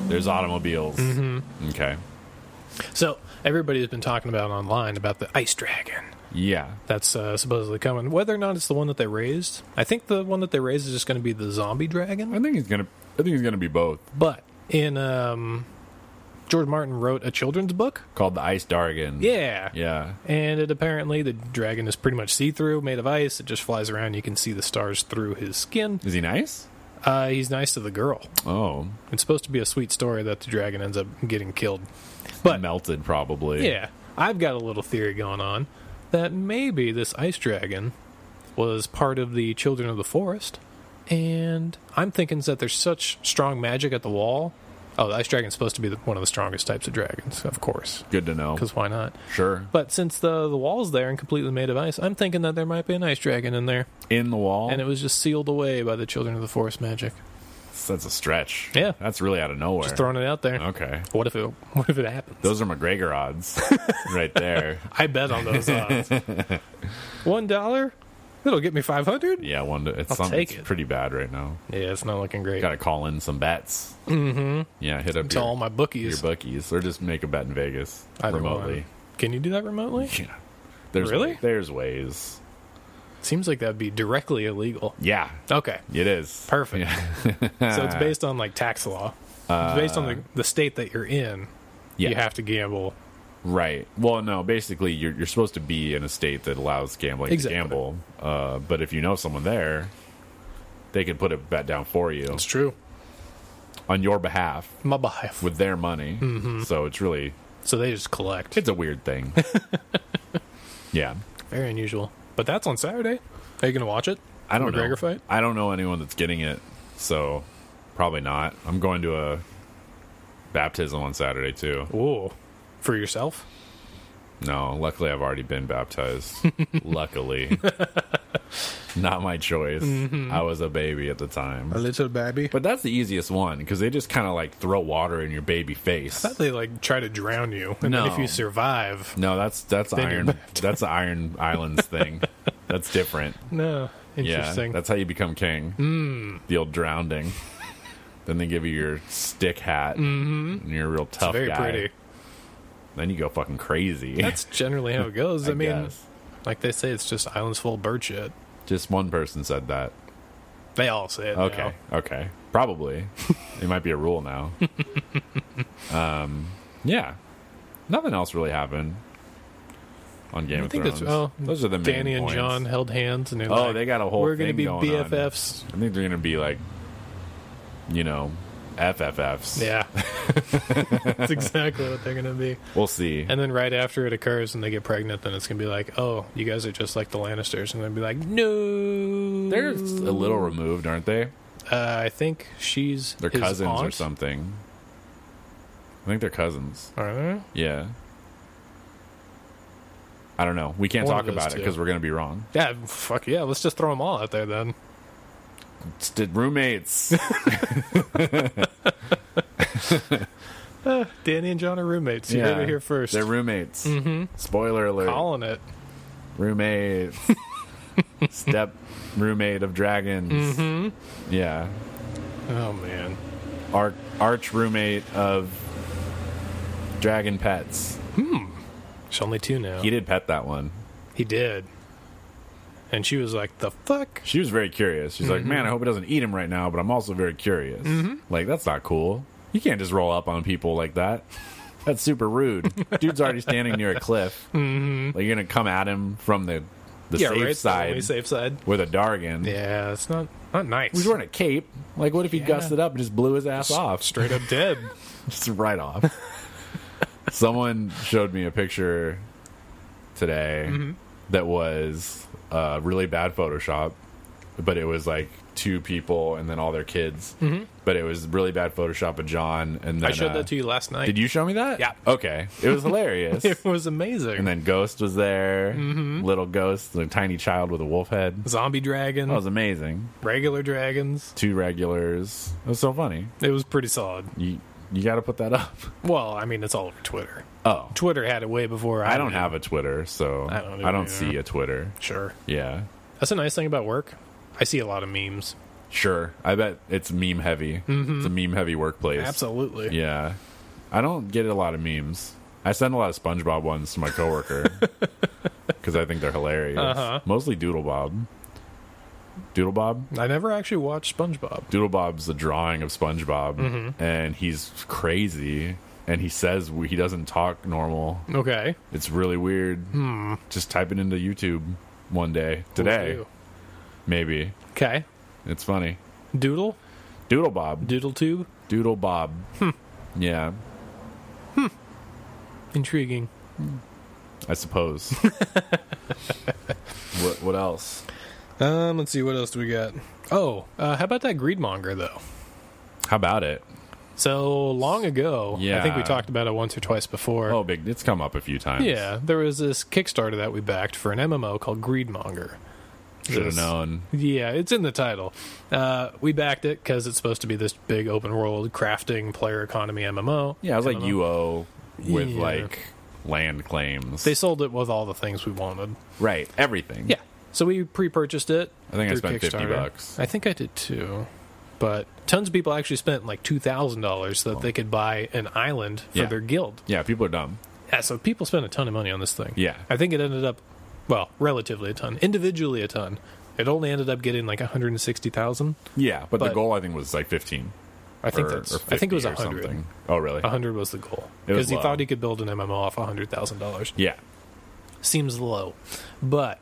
C: There's automobiles.
B: Mm-hmm.
C: Okay.
B: So, everybody's been talking about online about the Ice Dragon.
C: Yeah.
B: That's uh, supposedly coming. Whether or not it's the one that they raised, I think the one that they raised is just going to be the zombie
C: I
B: dragon.
C: think he's gonna. I think he's gonna be both.
B: But in um, George Martin wrote a children's book.
C: Called the Ice Dargon.
B: Yeah.
C: Yeah.
B: And it apparently the dragon is pretty much see through, made of ice. It just flies around. You can see the stars through his skin.
C: Is he nice?
B: Uh, he's nice to the girl.
C: Oh,
B: It's supposed to be a sweet story that the dragon ends up getting killed. But
C: melted probably.
B: yeah, I've got a little theory going on that maybe this ice dragon was part of the Children of the Forest, and I'm thinking that there's such strong magic at the wall. Oh, the ice dragon's supposed to be the, one of the strongest types of dragons, of course,
C: Good to know.
B: because why not?
C: Sure.
B: But since the the wall's there and completely made of ice, I'm thinking that there might be an ice dragon in there,
C: in the wall.
B: and it was just sealed away by the Children of the Forest magic.
C: That's a stretch.
B: Yeah.
C: That's really out of nowhere.
B: Just throwing it out there.
C: okay.
B: What if it? What if it happens?
C: Those are
B: *laughs*
C: McGregor odds, right there.
B: I bet on those odds. One dollar? It'll get me five hundred?
C: Yeah, one. To, it's
B: I'll
C: some,
B: take
C: it's
B: it.
C: pretty bad right now.
B: Yeah, it's not looking great.
C: Got to call in some bets. Mm-hmm. Yeah, hit up
B: to all
C: your,
B: my
C: your
B: bookies.
C: bookies or just make a bet in Vegas
B: Either
C: remotely.
B: one. Can you do that
C: *laughs*
B: remotely?
C: Yeah. There's
B: Really?
C: there's ways.
B: Seems like that'd be directly illegal.
C: Yeah,
B: Okay.
C: it is.
B: Perfect.
C: Yeah.
B: *laughs*
C: Uh,
B: so it's based on like tax law. it's based on the, the state that you're in.
C: Yeah.
B: You have to gamble.
C: Right. Well, no. Basically, you're you're supposed to be in a state that allows gambling
B: Exactly.
C: to gamble. Uh, but if you know someone there, they could put a bet down for you
B: It's true.
C: on your behalf
B: My behalf.
C: with their money.
B: Mm-hmm.
C: So it's really
B: So they just collect.
C: it's a
B: *laughs*
C: weird thing. yeah.
B: very unusual. But that's on Saturday. Are you gonna watch it?
C: I don't
B: McGregor
C: know.
B: fight?
C: I don't know anyone that's getting it, so probably not. I'm going to a baptism on Saturday too.
B: Ooh. For yourself?
C: No, luckily I've already
B: *laughs*
C: been baptized. luckily. Not my choice.
B: Mm-hmm.
C: I was a baby at the time.
B: little baby.
C: But that's the easiest one because they just kind of like throw water in your baby face.
B: I thought they like try to drown you. And
C: No.
B: then if you survive
C: No, that's that's
B: Then you're
C: iron. That's the Iron Islands thing. That's different.
B: No,
C: Yeah,
B: *laughs* interesting.
C: that's how you become king. Mm. The old drowning. then they give you your stick hat, mm-hmm. and you're a real tough *laughs*
B: very
C: guy.
B: pretty.
C: then you go fucking crazy.
B: That's generally how it goes. I,
C: *laughs* I
B: mean,
C: guess.
B: like they say, it's just islands full of bird shit.
C: Just one person said that.
B: They all say it.
C: Okay. Okay. Probably. *laughs* it might be a
B: *laughs*
C: rule now. um, yeah. Nothing else really happened on Game
B: I
C: of
B: think
C: Thrones.
B: that's- oh,
C: Those are the
B: now.
C: main
B: Danny and
C: points.
B: John held hands, and they're
C: Oh,
B: like,
C: they got a whole
B: We're
C: thing
B: be
C: going on."
B: BFFs.
C: I think they're going to be like, you know, FFFs. *laughs*
B: Yeah, that's exactly what they're gonna be.
C: We'll see.
B: And then right after it occurs, and they get pregnant, then it's gonna be like, oh, you guys are just like the Lannisters, and they'll be like, no,
C: they're a little removed, aren't they?
B: Uh, I think she's
C: They're
B: Mm. his
C: cousins or
B: aunt.
C: something. I think they're cousins.
B: Are they?
C: Yeah. I don't know. We can't
B: One of
C: talk
B: those
C: about it
B: two.
C: because we're going to be wrong.
B: Yeah, fuck yeah. Let's just throw them all out there then.
C: It's the roommates.
B: Danny and John are *laughs* roommates. You heard it here first.
C: They're roommates. Mm-hmm. Spoiler alert.
B: calling it. *laughs*
C: Roommates. Step roommate of dragons.
B: Mm-hmm.
C: Yeah.
B: Oh man,
C: Arch, arch roommate of dragon pets.
B: there's only two now.
C: He did pet that one.
B: He did. And she was like, "The fuck."
C: She was very curious. She's
B: Mm-hmm.
C: like, man, I hope it doesn't eat him right now, but I'm also very curious. Like, that's not cool. You can't just roll up on people like that. That's
B: *laughs*
C: super rude. Dude's already standing near a cliff. Mm-hmm. Like, you're going to come at him from the, the
B: yeah,
C: safe
B: right.
C: side.
B: Only safe side.
C: with a Dargon.
B: Yeah, it's not not nice.
C: He's wearing a cape. Like, what if he
B: Yeah.
C: gussed it up and just blew his ass off?
B: straight up dead.
C: *laughs* Just right off. *laughs* Someone showed me a picture today
B: Mm-hmm.
C: that was uh, really bad Photoshop, but it was like two people and then all their kids. But it was really bad Photoshop of John. And then,
B: Mm-hmm. I showed
C: uh,
B: that to you last night. *laughs*
C: Did you show me that?
B: Yeah.
C: Okay.
B: *laughs*
C: It was hilarious.
B: It was Mm-hmm. amazing.
C: and then Ghost was there. Little Ghost, a tiny child with a wolf head.
B: Zombie dragon,
C: That was amazing.
B: regular dragons.
C: two regulars. It was so funny.
B: It was pretty solid.
C: You you got to put that up.
B: Well, I mean, it's all over Twitter.
C: *laughs* Oh,
B: Twitter had it way before I.
C: I don't
B: did.
C: have a Twitter, so
B: I
C: I
B: don't
C: don't,
B: either, yeah.
C: see a Twitter.
B: Sure,
C: Yeah,
B: that's a nice thing about work. I see a lot of memes.
C: sure. I bet it's meme heavy. It's a meme heavy workplace.
B: Absolutely.
C: Yeah, I don't get a lot of memes. I send a lot of SpongeBob ones to my coworker because I think they're hilarious.
B: Uh-huh.
C: Mostly Doodle Bob. Doodle Bob.
B: I never actually watched SpongeBob.
C: Doodle Bob's a drawing of SpongeBob, and he's crazy, and he says he doesn't talk normal.
B: Okay.
C: It's really weird.
B: Hmm.
C: Just type it into YouTube one day today,
B: Will
C: maybe.
B: do. Okay.
C: It's funny.
B: Doodle?
C: Doodle Bob,
B: Doodle tube?
C: Doodle Bob.
B: Hmm.
C: Yeah,
B: Intriguing.
C: I
B: *laughs*
C: suppose. what what else?
B: Um, let's see, what else do we got? Oh, uh, how about that greedmonger, though?
C: How about it?
B: So long ago, I think we
C: Yeah.
B: talked about it once or twice before.
C: Oh, big! It's come up a few times.
B: Yeah, there was this Kickstarter that we backed for an MMO called Greedmonger.
C: should have
B: This-
C: known.
B: Yeah, it's in the title. Uh, we backed it because it's supposed to be this big open world crafting player economy MMO.
C: Yeah, it was like
B: MMO.
C: UO with
B: Yeah.
C: like land claims.
B: They sold it with all the things we wanted.
C: right, everything.
B: Yeah. So we pre-purchased it.
C: I think I
B: through
C: spent 50
B: Kickstarter.
C: bucks.
B: I think I did too. But tons of people actually spent like two thousand dollars so that they could buy an island for
C: Yeah.
B: their guild.
C: yeah. People are dumb.
B: Yeah, so people spent a ton of money on this thing.
C: Yeah.
B: I think it ended up, well, relatively a ton. Individually a ton. It only ended up getting like one hundred and sixty thousand.
C: Yeah, but,
B: But-
C: the goal I think was like 15.
B: I think
C: or,
B: that's.
C: or
B: I think it was
C: 50 or
B: hundred.
C: something. Oh, really?
B: hundred was the goal
C: It was
B: because he
C: low.
B: thought he could build an MMO off hundred thousand dollars.
C: Yeah.
B: seems low, but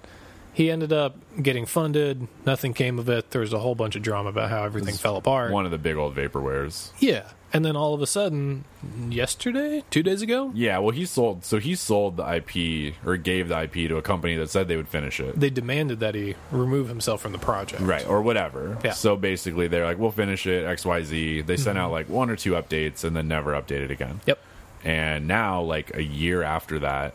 B: he ended up getting funded. Nothing came of it. There was a whole bunch of drama about how everything fell apart.
C: One of the big old vaporwares.
B: Yeah, and then all of a sudden, yesterday, two days ago,
C: Yeah, well, he sold. So he sold the IP or gave the IP to a company that said they would finish it.
B: they demanded that he remove himself from the project.
C: Right, or whatever.
B: Yeah.
C: So basically, they're like, we'll finish it, XYZ. They sent out like one or two updates and then never updated again.
B: Yep.
C: And now, like a year after that,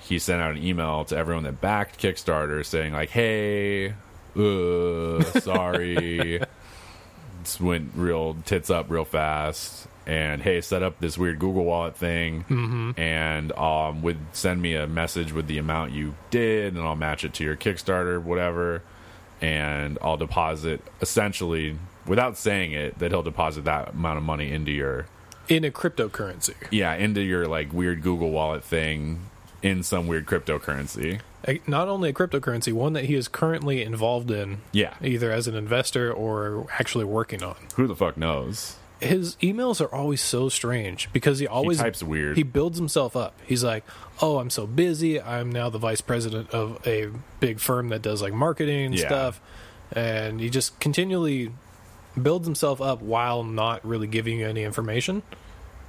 C: he sent out an email to everyone that backed Kickstarter saying, like, hey, uh, sorry. This went real tits up real fast. And hey, set up this weird Google Wallet thing, and um, would send me a message with the amount you did, and I'll match it to your Kickstarter, whatever, and I'll deposit essentially without saying it that he'll deposit that amount of money into your
B: in a cryptocurrency.
C: yeah, into your like weird Google Wallet thing in some weird cryptocurrency.
B: A- Not only a cryptocurrency, one that he is currently involved in,
C: Yeah.
B: either as an investor or actually working on.
C: Who the fuck knows?
B: his emails are always so strange because he always
C: types weird.
B: He builds himself up. He's like, "Oh, I'm so busy. I'm now the vice president of a big firm that does like marketing and
C: Yeah.
B: stuff." And he just continually builds himself up while not really giving you any information,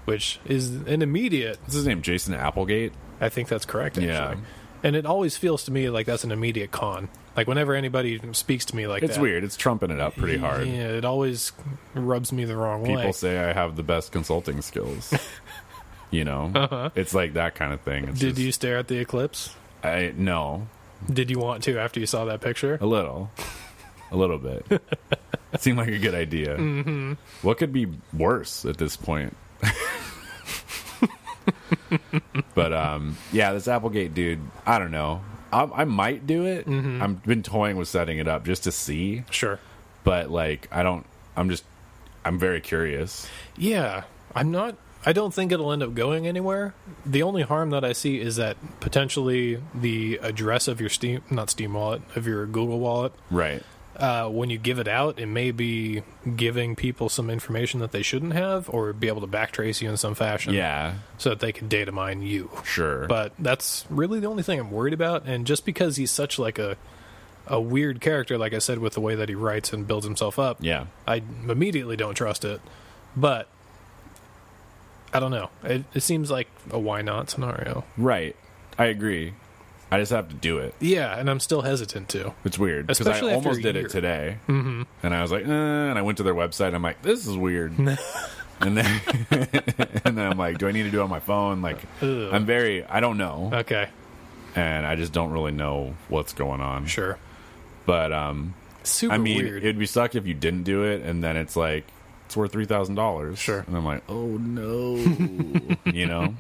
B: which is an immediate.
C: What's his name? Jason Applegate.
B: I think that's correct. Actually.
C: Yeah.
B: And it always feels to me like that's an immediate con. Like whenever anybody speaks to me like
C: It's
B: that,
C: weird. It's trumping it up pretty hard.
B: Yeah, it always rubs me the wrong way.
C: People say I have the best
B: *laughs*
C: consulting skills. you know, it's like that kind of thing. It's
B: Uh-huh. Did
C: just-
B: you stare at the eclipse?
C: I no,
B: Did you want to after you saw that picture?
C: a little, a little bit. *laughs* it seemed like a good idea. Mm-hmm. What could be worse at this *laughs* point? but um, yeah, this Applegate dude. I don't know. I, I might do it. I've been toying with setting it up just to see,
B: Sure.
C: but like I don't. I'm just. I'm very curious.
B: Yeah, I'm not. I don't think it'll end up going anywhere. The only harm that I see is that potentially the address of your Steam, not Steam wallet, of your Google wallet,
C: Right.
B: uh, when you give it out, it may be giving people some information that they shouldn't have or be able to backtrace you in some fashion
C: Yeah.
B: so that they can data mine you.
C: Sure.
B: but that's really the only thing I'm worried about. And just because he's such like a a weird character, like I said, with the way that he writes and builds himself up,
C: yeah.
B: I immediately don't trust it. But I don't know. It, it seems like a why not scenario.
C: Right. I agree. I just have to do it.
B: Yeah, and I'm still hesitant to.
C: It's weird because I
B: Especially after
C: almost
B: a
C: did
B: year.
C: it today, mm-hmm. and I was like, eh, and I went to their website. and I'm like, this is
B: *laughs*
C: weird, and then *laughs* and then I'm like, do I need to do it on my phone? Like,
B: Ugh. Uh,
C: I'm very, I don't know,
B: Okay,
C: and I just don't really know what's going on.
B: sure.
C: but um,
B: Super
C: I mean,
B: weird.
C: it'd be suck if you didn't do it, and then it's like it's worth three thousand dollars.
B: Sure.
C: and I'm like, oh no, *laughs* you know.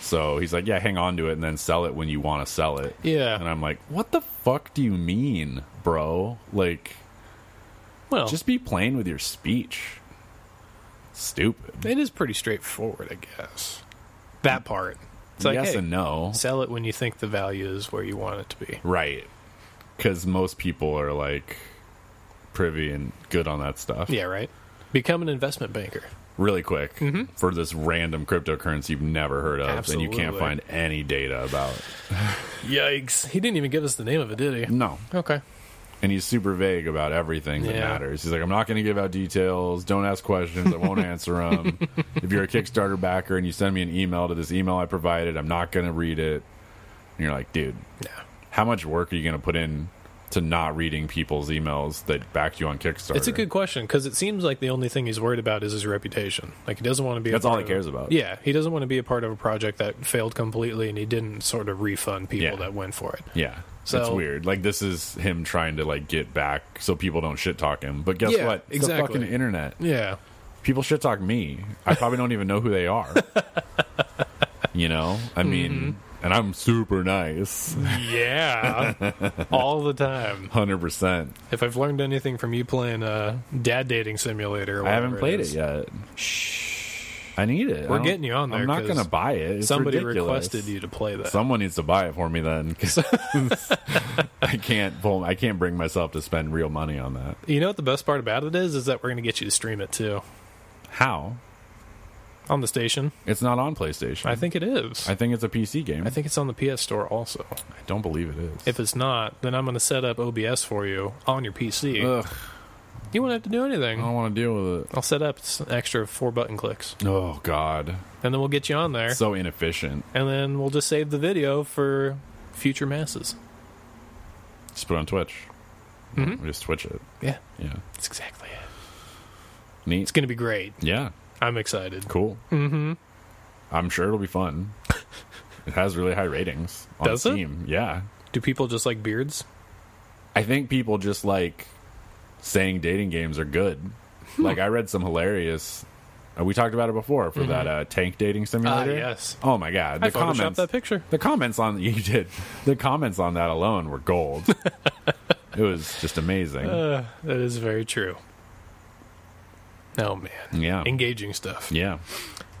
C: So he's like, yeah, hang on to it and then sell it when you want to sell it.
B: yeah.
C: And I'm like, what the fuck do you mean, bro? Like,
B: well,
C: just be plain with your speech. Stupid.
B: it is pretty straightforward, I guess. That part. It's like
C: yes
B: hey,
C: and no.
B: sell it when you think the value is where you want it to be.
C: Right. Because most people are like privy and good on that stuff.
B: Yeah, right. Become an investment banker.
C: Really quick
B: Mm-hmm.
C: for this random cryptocurrency you've never heard of and you can't
B: Absolutely.
C: find any data about.
B: Yikes! He didn't even give us the name of it, did he?
C: No.
B: Okay.
C: And he's super vague about everything that
B: Yeah.
C: matters. He's like, I'm not going to give out details. Don't ask questions. I won't answer them.
B: *laughs*
C: if you're a Kickstarter backer and you send me an email to this email I provided, I'm not going to read it. And you're like, dude,
B: Yeah.
C: how much work are you going to put in to not reading people's emails that backed you on Kickstarter?
B: It's a good question because it seems like the only thing he's worried about is his reputation. Like he doesn't want to be. a
C: That's all
B: part
C: he
B: of-
C: cares about.
B: Yeah, he doesn't want to be a part of a project that failed completely and he didn't sort of refund people
C: Yeah.
B: that went for it.
C: Yeah.
B: So-
C: it's weird. Like this is him trying to like get back so people don't shit talk him. But guess
B: Yeah,
C: what? It's
B: exactly.
C: the fucking internet.
B: Yeah,
C: people shit talk me. I probably don't even know who
B: *laughs*
C: they are. you know, I
B: Mm-hmm.
C: mean, and I'm super nice,
B: yeah, all the time.
C: hundred percent.
B: If I've learned anything from you playing uh, Dad Dating Simulator, or
C: I haven't
B: whatever
C: played it,
B: is,
C: yet. I need it.
B: We're
C: I don't-
B: getting you on there
C: I'm not
B: 'cause
C: gonna buy it. It's
B: Somebody
C: ridiculous.
B: requested you to play that.
C: Someone needs to buy it for
B: *laughs*
C: me then, 'cause I can't. pull- I can't bring myself to spend real money on that.
B: you know what the best part about it is? Is that we're going to get you to stream it too
C: How?
B: on the station.
C: It's not on PlayStation.
B: I think it is.
C: Mm-hmm. I think it's a PC game.
B: I think it's on the PS Store also.
C: I don't believe it is.
B: If it's not, then I'm going to set up OBS for you on your PC.
C: Ugh,
B: You won't have to do
C: I
B: anything.
C: don't want to deal with it.
B: I'll set up s- an extra four button clicks,
C: Oh God,
B: and then we'll get you on there,
C: so inefficient.
B: and then we'll just save the video for future masses.
C: Just put it on Twitch. We just Twitch it.
B: Mm-hmm. Yeah,
C: Yeah.
B: that's exactly it.
C: Neat.
B: It's going to be great.
C: Yeah.
B: I'm excited.
C: Cool. Mm-hmm. I'm sure it'll be fun. it has really high ratings on
B: Does it?
C: Steam. Yeah.
B: Do people just like beards?
C: I think people just like saying dating games are good.
B: Hmm.
C: Like I read some hilarious. uh, We talked about it before for that uh, tank dating simulator.
B: Mm-hmm. Ah, Uh, yes.
C: Oh my god. The
B: I photoshopped
C: comments.
B: that picture.
C: The comments on *laughs* you did. The comments on that alone
B: *laughs*
C: were gold.
B: Uh,
C: it was just amazing.
B: That is very true. Oh man,
C: Yeah.
B: engaging stuff.
C: Yeah.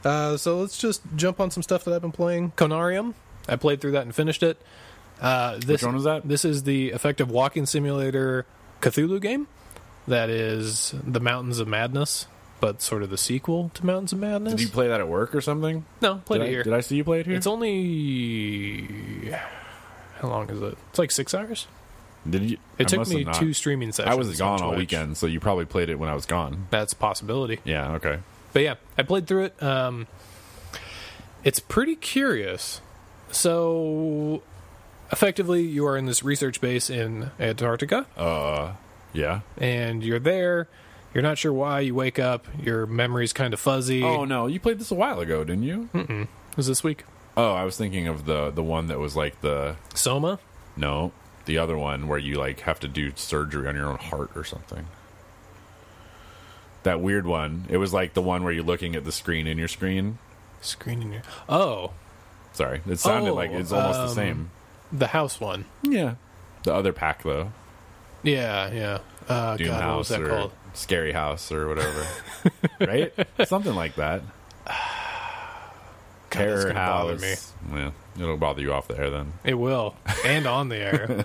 B: Uh, so let's just jump on some stuff that I've been playing. Conarium, I played through that and finished it. Uh, this,
C: Which one was that?
B: This is the effective walking simulator Cthulhu game. That is the Mountains of Madness, but sort of the sequel to Mountains of Madness.
C: Did you play that at work or something?
B: no, played
C: did,
B: it
C: I,
B: here.
C: did I see you play it here?
B: It's only how long is it? It's like six hours.
C: did you?
B: It
C: I
B: took
C: must
B: me
C: have not.
B: two streaming sessions.
C: I was gone
B: on
C: all
B: Twitch.
C: weekend, so you probably played it when I was gone.
B: That's a possibility.
C: Yeah. Okay.
B: But yeah, I played through it. Um, it's pretty curious. So, effectively, you are in this research base in Antarctica,
C: Oh. Yeah.
B: and you're there. You're not sure why. You wake up. Your memory's kind of fuzzy.
C: Oh no, you played this a while ago, didn't you?
B: Hmm. It was this week.
C: Oh, I was thinking of the the one that was like the
B: Soma.
C: no, the other one where you like have to do surgery on your own heart or something. That weird one. It was like the one where you're looking at the screen in your screen.
B: Screening your. Oh,
C: Sorry, it sounded
B: Oh,
C: like it's almost the
B: um,
C: same.
B: the house one.
C: Yeah. The other pack though,
B: Yeah, yeah. Uh,
C: Doom
B: God,
C: House
B: what was that
C: or
B: called?
C: Scary House
B: *laughs*
C: or whatever, right? Something like that.
B: God, that's
C: Terror
B: gonna bother
C: House. Yeah, it'll bother you off the air then.
B: It will, and on the
C: *laughs*
B: air.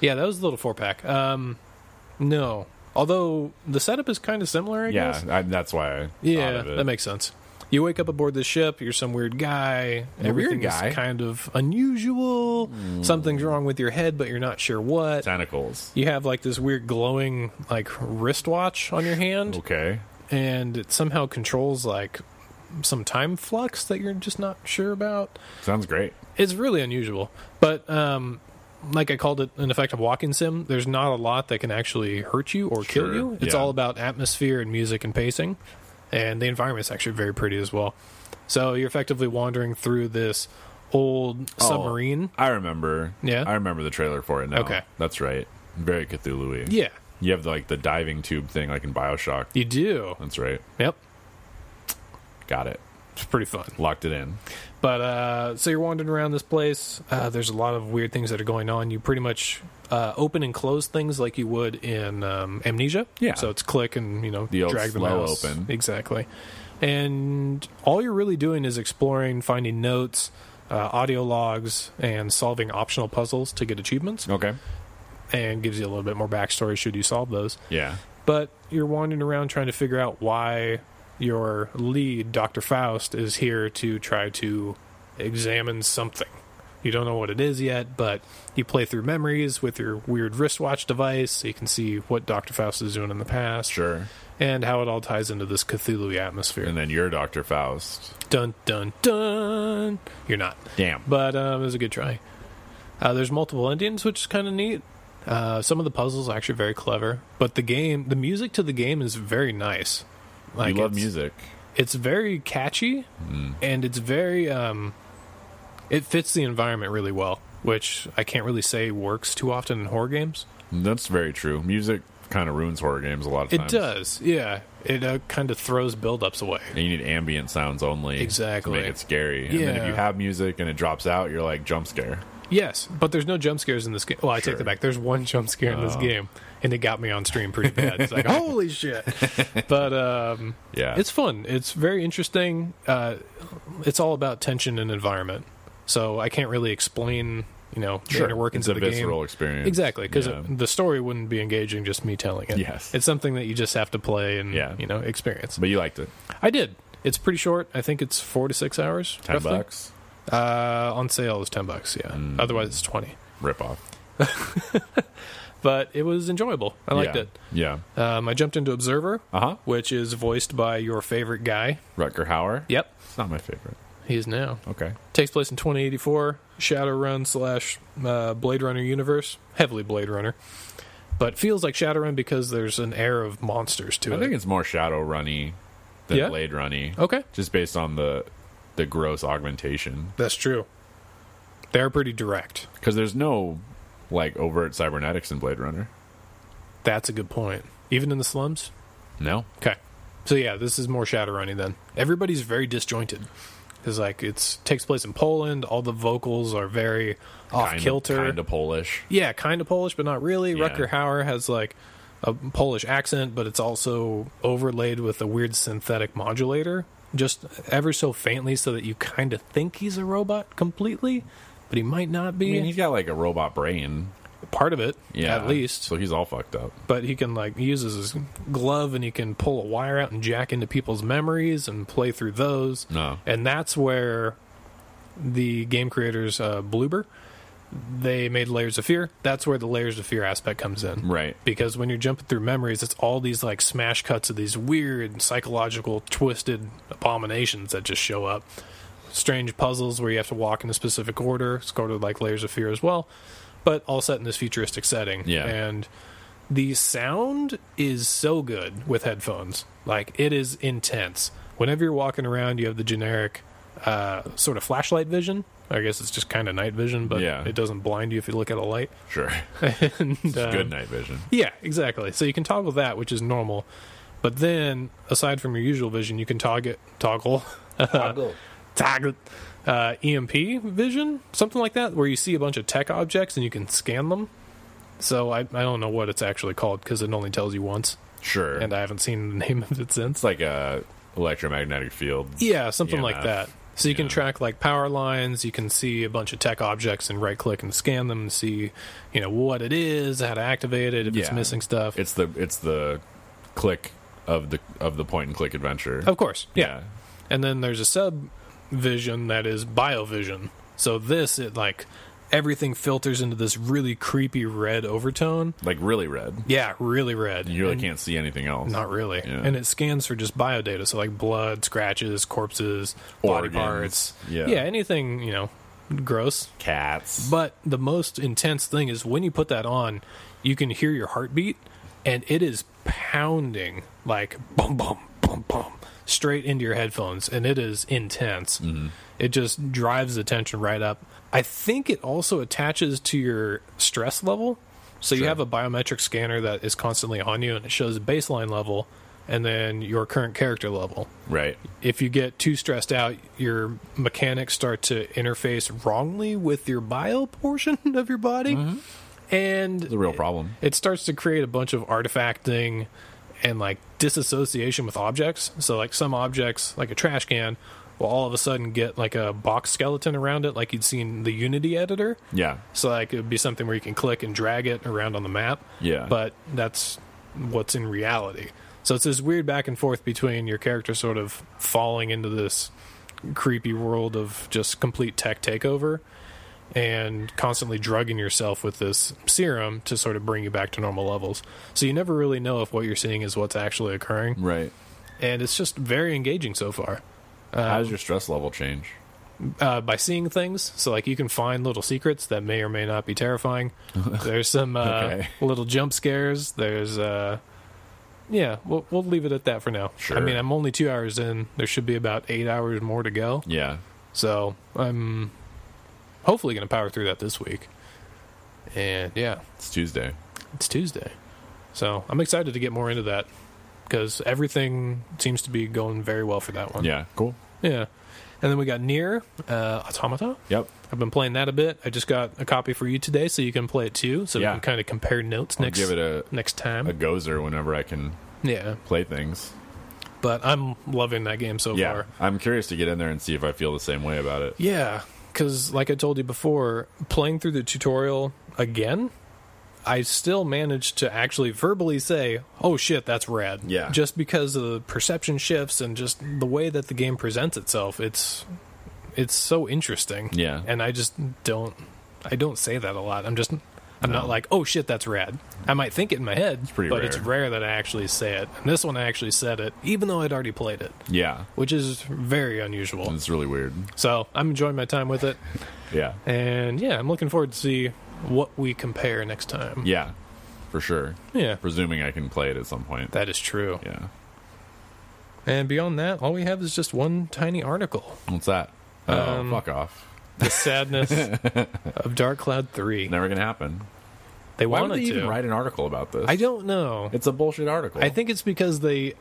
B: yeah, that was a little four pack. Um, no, although the setup is kind of similar. I
C: yeah,
B: guess.
C: I, that's why. I thought
B: Yeah,
C: of it.
B: that makes sense. You wake up aboard the ship. You're some weird guy.
C: weird
B: Everything's
C: guy. Hmm.
B: kind of unusual. Something's wrong with your head, but you're not sure what.
C: tentacles.
B: You have like this weird glowing like wristwatch on your hand,
C: Okay.
B: and it somehow controls like some time flux that you're just not sure about.
C: Sounds great.
B: It's really unusual, but um, like I called it an effective walking sim. There's not a lot that can actually hurt you or
C: Sure,
B: kill you. It's
C: yeah.
B: all about atmosphere and music and pacing, and the environment's actually very pretty as well. So you're effectively wandering through this old
C: Oh.
B: submarine.
C: I remember.
B: Yeah?
C: I remember the trailer for it now.
B: Okay.
C: That's right. Very Cthulhu
B: Yeah,
C: You have like the diving tube thing like in Bioshock.
B: you do.
C: That's right.
B: Yep,
C: Got it.
B: it's pretty fun.
C: Locked it in.
B: But uh, so you're wandering around this place. Uh, there's a lot of weird things that are going on. You pretty much uh, open and close things like you would in um, Amnesia.
C: Yeah.
B: So it's click and you know
C: The old
B: drag the
C: slow
B: mouse
C: open.
B: exactly. And all you're really doing is exploring, finding notes, uh, audio logs, and solving optional puzzles to get achievements.
C: Okay.
B: And gives you a little bit more backstory should you solve those
C: Yeah.
B: but you're wandering around trying to figure out why your lead, Dr. Faust, is here to try to examine something. You don't know what it is yet, but you play through memories with your weird wristwatch device so you can see what Dr. Faust is doing in the past
C: Sure.
B: and how it all ties into this Cthulhu atmosphere.
C: And then you're Dr. Faust.
B: Dun, dun, dun! You're not.
C: Damn.
B: But um, it was a good try. Uh, there's multiple endings, which is kind of neat. Uh, some of the puzzles are actually very clever, but the game, the music to the game is very nice. Like
C: you love
B: it's,
C: music. Mm.
B: It's very catchy, and it's very. Um, it fits the environment really well, which I can't really say works too often in horror games.
C: That's very true. Music kind of ruins horror games a lot of
B: It
C: times.
B: does, yeah. It uh, kind of throws buildups away.
C: And you need ambient sounds only.
B: Exactly.
C: To make it scary. And then if
B: Yeah.
C: you have music and it drops out, you're like jump scare.
B: Yes, but there's no jump scares in this game. Well, I
C: Sure. Oh.
B: take that back. There's one jump scare in this game, and it got me on stream pretty bad. It's
C: *laughs*
B: like, holy shit! But um,
C: Yeah.
B: it's fun. It's very interesting. Uh, it's all about tension and environment. So I can't really explain, you know, the inner workings
C: It's a
B: of the
C: visceral
B: game.
C: experience.
B: Exactly, because
C: Yeah.
B: the story wouldn't be engaging just me telling it.
C: Yes.
B: it's something that you just have to play and
C: Yeah.
B: you know experience.
C: But you liked it.
B: I did. It's pretty short. I think it's four to six hours.
C: Ten
B: roughly.
C: bucks. Hmm.
B: Uh, on sale is ten bucks. Yeah. Otherwise, it's twenty.
C: Rip off.
B: but it was enjoyable. I liked
C: yeah. Yeah.
B: it. Um, I jumped into Observer,
C: Uh huh.
B: which is voiced by your favorite guy.
C: Rutger Hauer.
B: Yep,
C: It's not my favorite.
B: he is now.
C: Okay.
B: Takes place in 2084, Shadowrun slash uh, Blade Runner universe, heavily Blade Runner, but feels like Shadowrun because there's an air of monsters to
C: I
B: it.
C: think it's more Shadow Runny than
B: Yeah?
C: Blade Runny.
B: okay,
C: Just based on the the gross augmentation,
B: that's true. They're pretty direct.
C: because there's no like overt cybernetics in Blade Runner.
B: That's a good point. Even in the slums.
C: No.
B: Okay. So yeah, this is more Shadowrunning then. Everybody's very disjointed. It's like it's takes place in Poland. All the vocals are very off kilter.
C: Kind of Polish.
B: Yeah, kind of Polish, but not really.
C: Yeah.
B: Rucker Hauer has like a Polish accent, but it's also overlaid with a weird synthetic modulator, just ever so faintly, so that you kind of think he's a robot completely, but he might not
C: I
B: be.
C: mean, he's got like a robot brain.
B: part of it,
C: Yeah.
B: at least.
C: So he's all fucked up.
B: but he can like he uses his glove and he can pull a wire out and jack into people's memories and play through those.
C: No.
B: And that's where the game creators uh, Bloober they made Layers of Fear. That's where the Layers of Fear aspect comes in.
C: Right.
B: Because when you're jumping through memories, it's all these like smash cuts of these weird psychological twisted abominations that just show up. Strange puzzles where you have to walk in a specific order, sort of like Layers of Fear as well, but all set in this futuristic setting.
C: Yeah.
B: And the sound is so good with headphones. Like it is intense. Whenever you're walking around, you have the generic uh, sort of flashlight vision. I guess it's just kind of night vision, but
C: Yeah.
B: it doesn't blind you if you look at a light.
C: Sure.
B: *laughs*
C: *laughs*
B: And, uh,
C: Good night vision.
B: yeah, exactly. So you can toggle that, which is normal. But then, aside from your usual vision, you can toggle toggle *laughs* toggle uh, EMP vision, something like that, where you see a bunch of tech objects and you can scan them. So I, I don't know what it's actually called because it only tells you once,
C: Sure.
B: and uh, I haven't seen the *laughs* name of it since.
C: it's like a electromagnetic field.
B: Yeah, something like
C: EMF,
B: that. So you can
C: yeah.
B: track like power lines. You can see a bunch of tech objects and right click and scan them and see, you know, what it is, how to activate it, if it's
C: Yeah.
B: missing stuff.
C: It's the it's the click of the of the point and click adventure.
B: of course, Oh, yeah. And then there's a sub vision that is biovision. So this it like everything filters into this really creepy red overtone.
C: Like really red.
B: Yeah, really red.
C: You really
B: And-
C: can't see anything else.
B: Not really.
C: Yeah.
B: And it scans for just bio data, so like blood, scratches, corpses,
C: Organs.
B: body parts.
C: Yeah.
B: Yeah, anything, you know, gross.
C: Cats.
B: But the most intense thing is when you put that on, you can hear your heartbeat, and it is pounding like boom, boom, boom, boom, straight into your headphones, and it is intense. It just drives the tension right up. I think it also attaches to your stress level. So you
C: Sure.
B: have a biometric scanner that is constantly on you, and it shows baseline level and then your current character level
C: right.
B: if you get too stressed out, your mechanics start to interface wrongly with your bio portion *laughs* of your body,
C: It's a
B: and
C: real problem.
B: it starts to create a bunch of artifacting and like disassociation with objects. So, like some objects, like a trash can, will all of a sudden get like a box skeleton around it, like you'd seen the Unity editor.
C: Yeah.
B: So, like it would be something where you can click and drag it around on the map.
C: Yeah.
B: But that's what's in reality. So it's this weird back and forth between your character sort of falling into this creepy world of just complete tech takeover and constantly drugging yourself with this serum to sort of bring you back to normal levels. So you never really know if what you're seeing is what's actually occurring.
C: Right.
B: And it's just very engaging so far
C: How does your stress level change?
B: uh, by seeing things. So like you can find little secrets that may or may not be
C: *laughs*
B: terrifying. There's some uh,
C: Okay.
B: little jump scares. There's uh, yeah, we'll we'll leave it at that for now.
C: Sure.
B: I mean, I'm only two hours in. There should be about eight hours more to go.
C: Yeah.
B: So I'm hopefully going to power through that this week. And yeah,
C: It's Tuesday.
B: it's Tuesday, so I'm excited to get more into that because everything seems to be going very well for that one.
C: Yeah. Cool.
B: yeah. And then we got near uh, Automata.
C: Yep.
B: I've been playing that a bit. I just got a copy for you today, so you can play it too. So
C: Yeah.
B: we can kind of compare notes
C: I'll
B: next
C: give it a
B: next time.
C: a gozer whenever I can
B: yeah,
C: play things.
B: but I'm loving that game so
C: Yeah.
B: far.
C: I'm curious to get in there and see if I feel the same way about it.
B: Yeah, because like I told you before, playing through the tutorial again, I still managed to actually verbally say, "Oh shit, that's rad."
C: Yeah.
B: just because of the perception shifts and just the way that the game presents itself, it's it's so interesting.
C: Yeah.
B: and I just don't I don't say that a lot. I'm just I'm not like, "Oh shit, that's rad." I might think it in my head,
C: pretty
B: but
C: rare.
B: it's rare that I actually say it. And this one I actually said it, even though I'd already played it,
C: Yeah.
B: which is very unusual.
C: It's really weird.
B: So I'm enjoying my time with it,
C: Yeah.
B: and yeah, I'm looking forward to see what we compare next time.
C: Yeah. For sure.
B: Yeah.
C: Presuming I can play it at some point.
B: that is true.
C: yeah.
B: And beyond that, all we have is just one tiny article:
C: What's that? Oh,
B: Um,
C: fuck off.
B: *laughs* the sadness of Dark Cloud Three.
C: Never gonna happen.
B: They
C: Why would
B: wanted
C: they
B: to.
C: even write an article about this?
B: I don't know.
C: It's a bullshit article.
B: I think it's because they.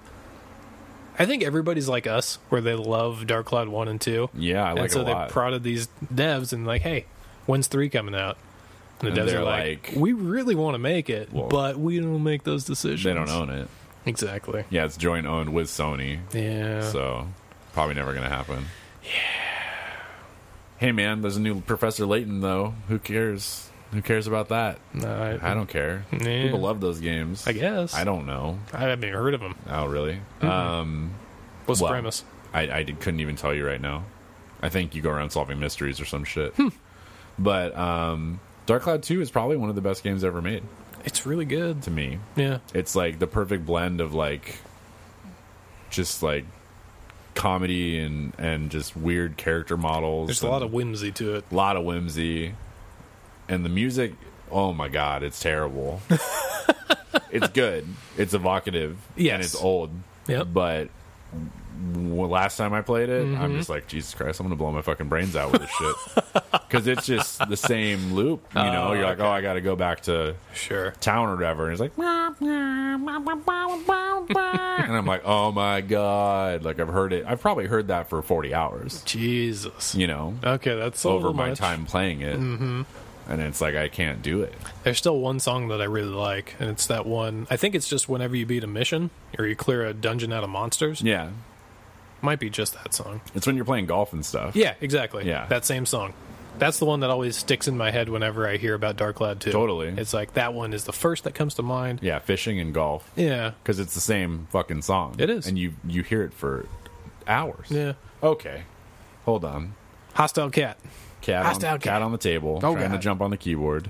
B: I think everybody's like us, where they love Dark Cloud One and Two.
C: Yeah, I like
B: and so
C: it a lot.
B: they prodded these devs and like, hey, when's three coming out? And the
C: And
B: devs
C: they're
B: are like,
C: like-
B: we really want to make it,
C: Well,
B: but we don't make those decisions.
C: They don't own it.
B: Exactly.
C: Yeah, it's joint owned with Sony.
B: Yeah.
C: So probably never gonna happen. Yeah. Hey man, there's a new Professor Layton though. Who cares? Who cares about that?
B: No, I,
C: I don't care.
B: Yeah.
C: People love those games.
B: I guess. Hmm.
C: I don't know.
B: I haven't even heard of them.
C: Oh really? Um,
B: What's
C: Well,
B: the premise?
C: I, I did- couldn't even tell you right now. I think you go around solving mysteries or some shit.
B: Hmm.
C: But um, Dark Cloud Two is probably one of the best games ever made
B: It's really good.
C: to me.
B: Yeah.
C: It's like the perfect blend of like just like comedy and and just weird character models.
B: There's a
C: and
B: lot of whimsy to it.
C: lot of whimsy, and the music. Oh my god,
B: *laughs*
C: it's terrible. it's good. It's evocative.
B: Yes.
C: and it's old.
B: Yep.
C: But w- last time I played it,
B: Mm-hmm.
C: I'm just like, Jesus Christ, I'm gonna blow my fucking brains out with this shit
B: *laughs*
C: because it's just the same loop. You know,
B: Oh,
C: you're like, oh, I got to go back to
B: Sure.
C: town or whatever, and it's like, and I'm like, oh my god, like I've heard it. I've probably heard that for 40 hours.
B: Jesus.
C: You know,
B: Okay, that's a
C: over
B: little
C: my
B: much. Mm-hmm.
C: time playing it. And it's like I can't do it.
B: There's still one song that I really like, and it's that one. I think it's just whenever you beat a mission or you clear a dungeon out of monsters.
C: Yeah.
B: Might be just that song.
C: It's when you're playing golf and stuff.
B: Yeah, exactly.
C: Yeah.
B: That same song. That's the one that always sticks in my head whenever I hear about Dark Cloud 2.
C: Totally.
B: It's like that one is the first that comes to mind.
C: Yeah, fishing and golf
B: Yeah.
C: cuz it's the same fucking song.
B: It is.
C: And you you hear it for hours.
B: Yeah.
C: Okay. Hold on.
B: Hostile Cat.
C: Cat on,
B: Passed out
C: cat.
B: cat.
C: on the table
B: Oh,
C: trying to
B: God.
C: jump on the keyboard.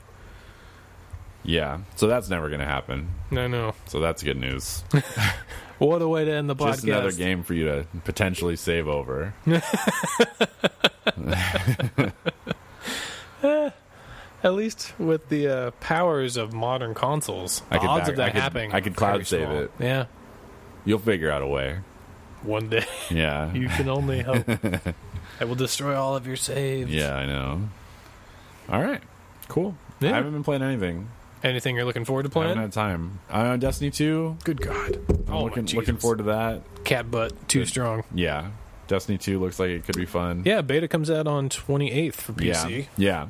C: Yeah. So that's never going to happen.
B: No, no.
C: So that's good
B: *laughs*
C: news.
B: What a way to end the podcast.
C: Just another game for you to potentially save over.
B: At least with the uh, powers of modern consoles, the odds
C: back-
B: of that
C: I could-
B: happening.
C: I could
B: are
C: cloud
B: very
C: save
B: small.
C: it.
B: Yeah.
C: You'll figure out a way.
B: One day. *laughs*
C: Yeah.
B: You can only hope. I will destroy all of your saves.
C: *laughs* Yeah, I know. All right, cool.
B: Yeah.
C: I haven't been playing anything.
B: Anything you're looking forward to
C: I
B: playing?
C: haven't had time. I'm on Destiny two.
B: Good God.
C: I'm
B: oh,
C: looking
B: my
C: looking
B: Jesus.
C: forward to that.
B: Cat butt, too strong.
C: Yeah, Destiny two looks like it could be fun.
B: Yeah, beta comes out on 28th for PC.
C: yeah, yeah.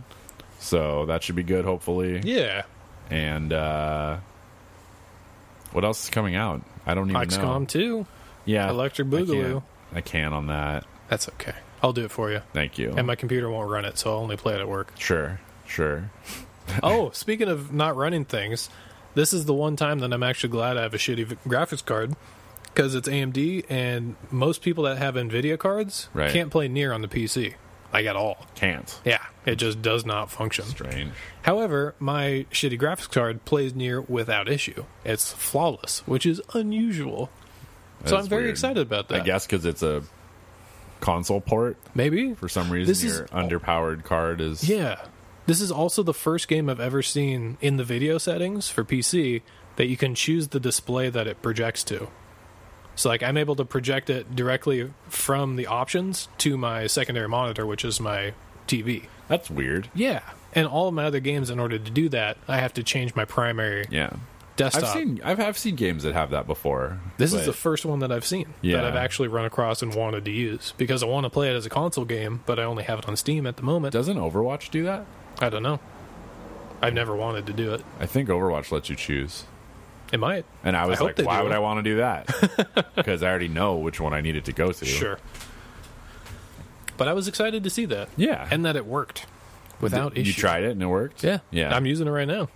C: So that should be good, hopefully.
B: Yeah.
C: And uh what else is coming out? I don't even
B: XCOM
C: know.
B: 2.
C: Yeah,
B: Electric
C: I
B: Boogaloo.
C: can't- I can on that.
B: That's okay. I'll do it for you.
C: Thank you.
B: And my computer won't run it, so I'll only play it at work.
C: sure, sure.
B: oh, speaking of not running things, this is the one time that I'm actually glad I have a shitty v- graphics card because it's AMD, and most people that have NVIDIA cards
C: Right.
B: can't play near on the PC, like at all.
C: Can't.
B: Yeah, it just does not function.
C: Strange.
B: However, my shitty graphics card plays near without issue. It's flawless, which is unusual. so
C: is
B: I'm very
C: weird.
B: excited about
C: I
B: that.
C: guess because it's a console port.
B: maybe
C: for some reason
B: This is-
C: your underpowered card is
B: Yeah. This is also the first game I've ever seen in the video settings for PC that you can choose the display that it projects to. So like I'm able to project it directly from the options to my secondary monitor, which is my TV.
C: that's weird
B: Yeah. And all of my other games in order to do that, I have to change my primary
C: yeah
B: desktop.
C: i've seen I've, I've seen games that have that before
B: this
C: but-
B: is the first one that I've seen
C: Yeah.
B: that I've actually run across and wanted to use because I want to play it as a console game, but I only have it on Steam at the moment.
C: doesn't overwatch do that
B: I don't know. I've never wanted to do it.
C: i think overwatch lets you choose
B: It might.
C: and i was
B: hope
C: like
B: they
C: why
B: do.
C: would i want to do that
B: *laughs*
C: because i already know which one i needed to go to
B: Sure. But I was excited to see that.
C: Yeah.
B: And that it worked without
C: you
B: issue.
C: tried it and it worked
B: Yeah.
C: yeah
B: I'm using it right now.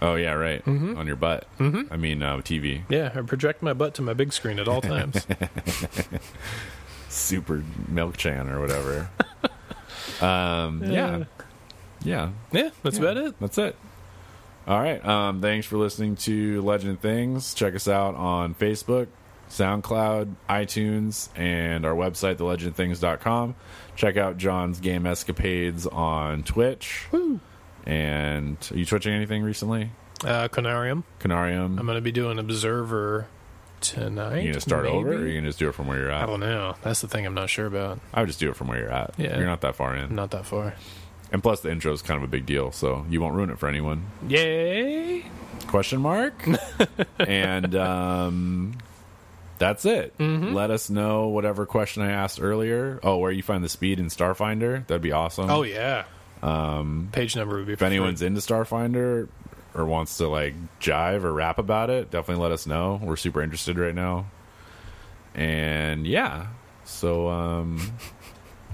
C: oh yeah right on your butt mm-hmm. i mean uh, tv
B: Yeah. I project my butt to my big screen
C: *laughs*
B: at all times.
C: super milk chan
B: *laughs*
C: or whatever um yeah yeah
B: yeah. That's about it.
C: That's it. All right. Um, thanks for listening to Legend Things. Check us out on Facebook, SoundCloud, iTunes, and our website, thelegendthings.com. Check out John's game escapades on Twitch. And are you twitching anything recently?
B: Uh, Conarium.
C: Canarium?
B: I'm going to be doing Observer tonight.
C: you going to start
B: maybe?
C: over or you going to just do it from where you're
B: I
C: at?
B: don't know. That's the thing I'm not sure about.
C: I would just do it from where you're at.
B: Yeah.
C: You're not that far in.
B: I'm not that far.
C: And plus, the intro is kind of a big deal, so you won't ruin it for anyone.
B: Yay. *laughs*
C: question mark and um that's it
B: Mm-hmm.
C: let us know whatever question i asked earlier oh where you find the speed in starfinder that'd be awesome
B: Oh, yeah. Page number would be.
C: Um, if anyone's into Starfinder or wants to like jive or rap about it, definitely let us know. We're super interested right now. And yeah, so um,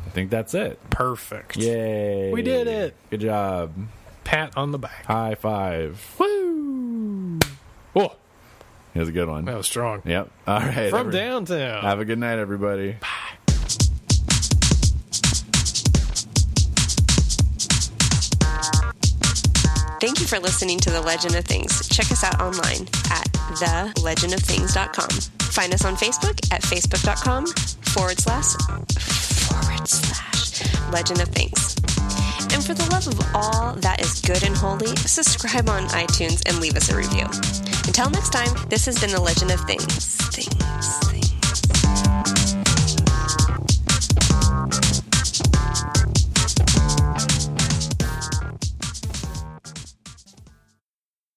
C: I think that's it.
B: perfect.
C: Yay!
B: We did it.
C: Good job.
B: Pat on the back.
C: High five.
B: Woo! Oh,
C: That was a good one.
B: that was strong.
C: Yep. All right.
B: From
C: every-
B: downtown.
C: Have a good night, everybody.
D: Thank you for listening to The Legend of Things. Check us out online at thelegendofthings.com. Find us on Facebook at facebook.com forward slash forward slash legend of things. And for the love of all that is good and holy, subscribe on iTunes and leave us a review. Until next time, this has been The Legend of Things. Things.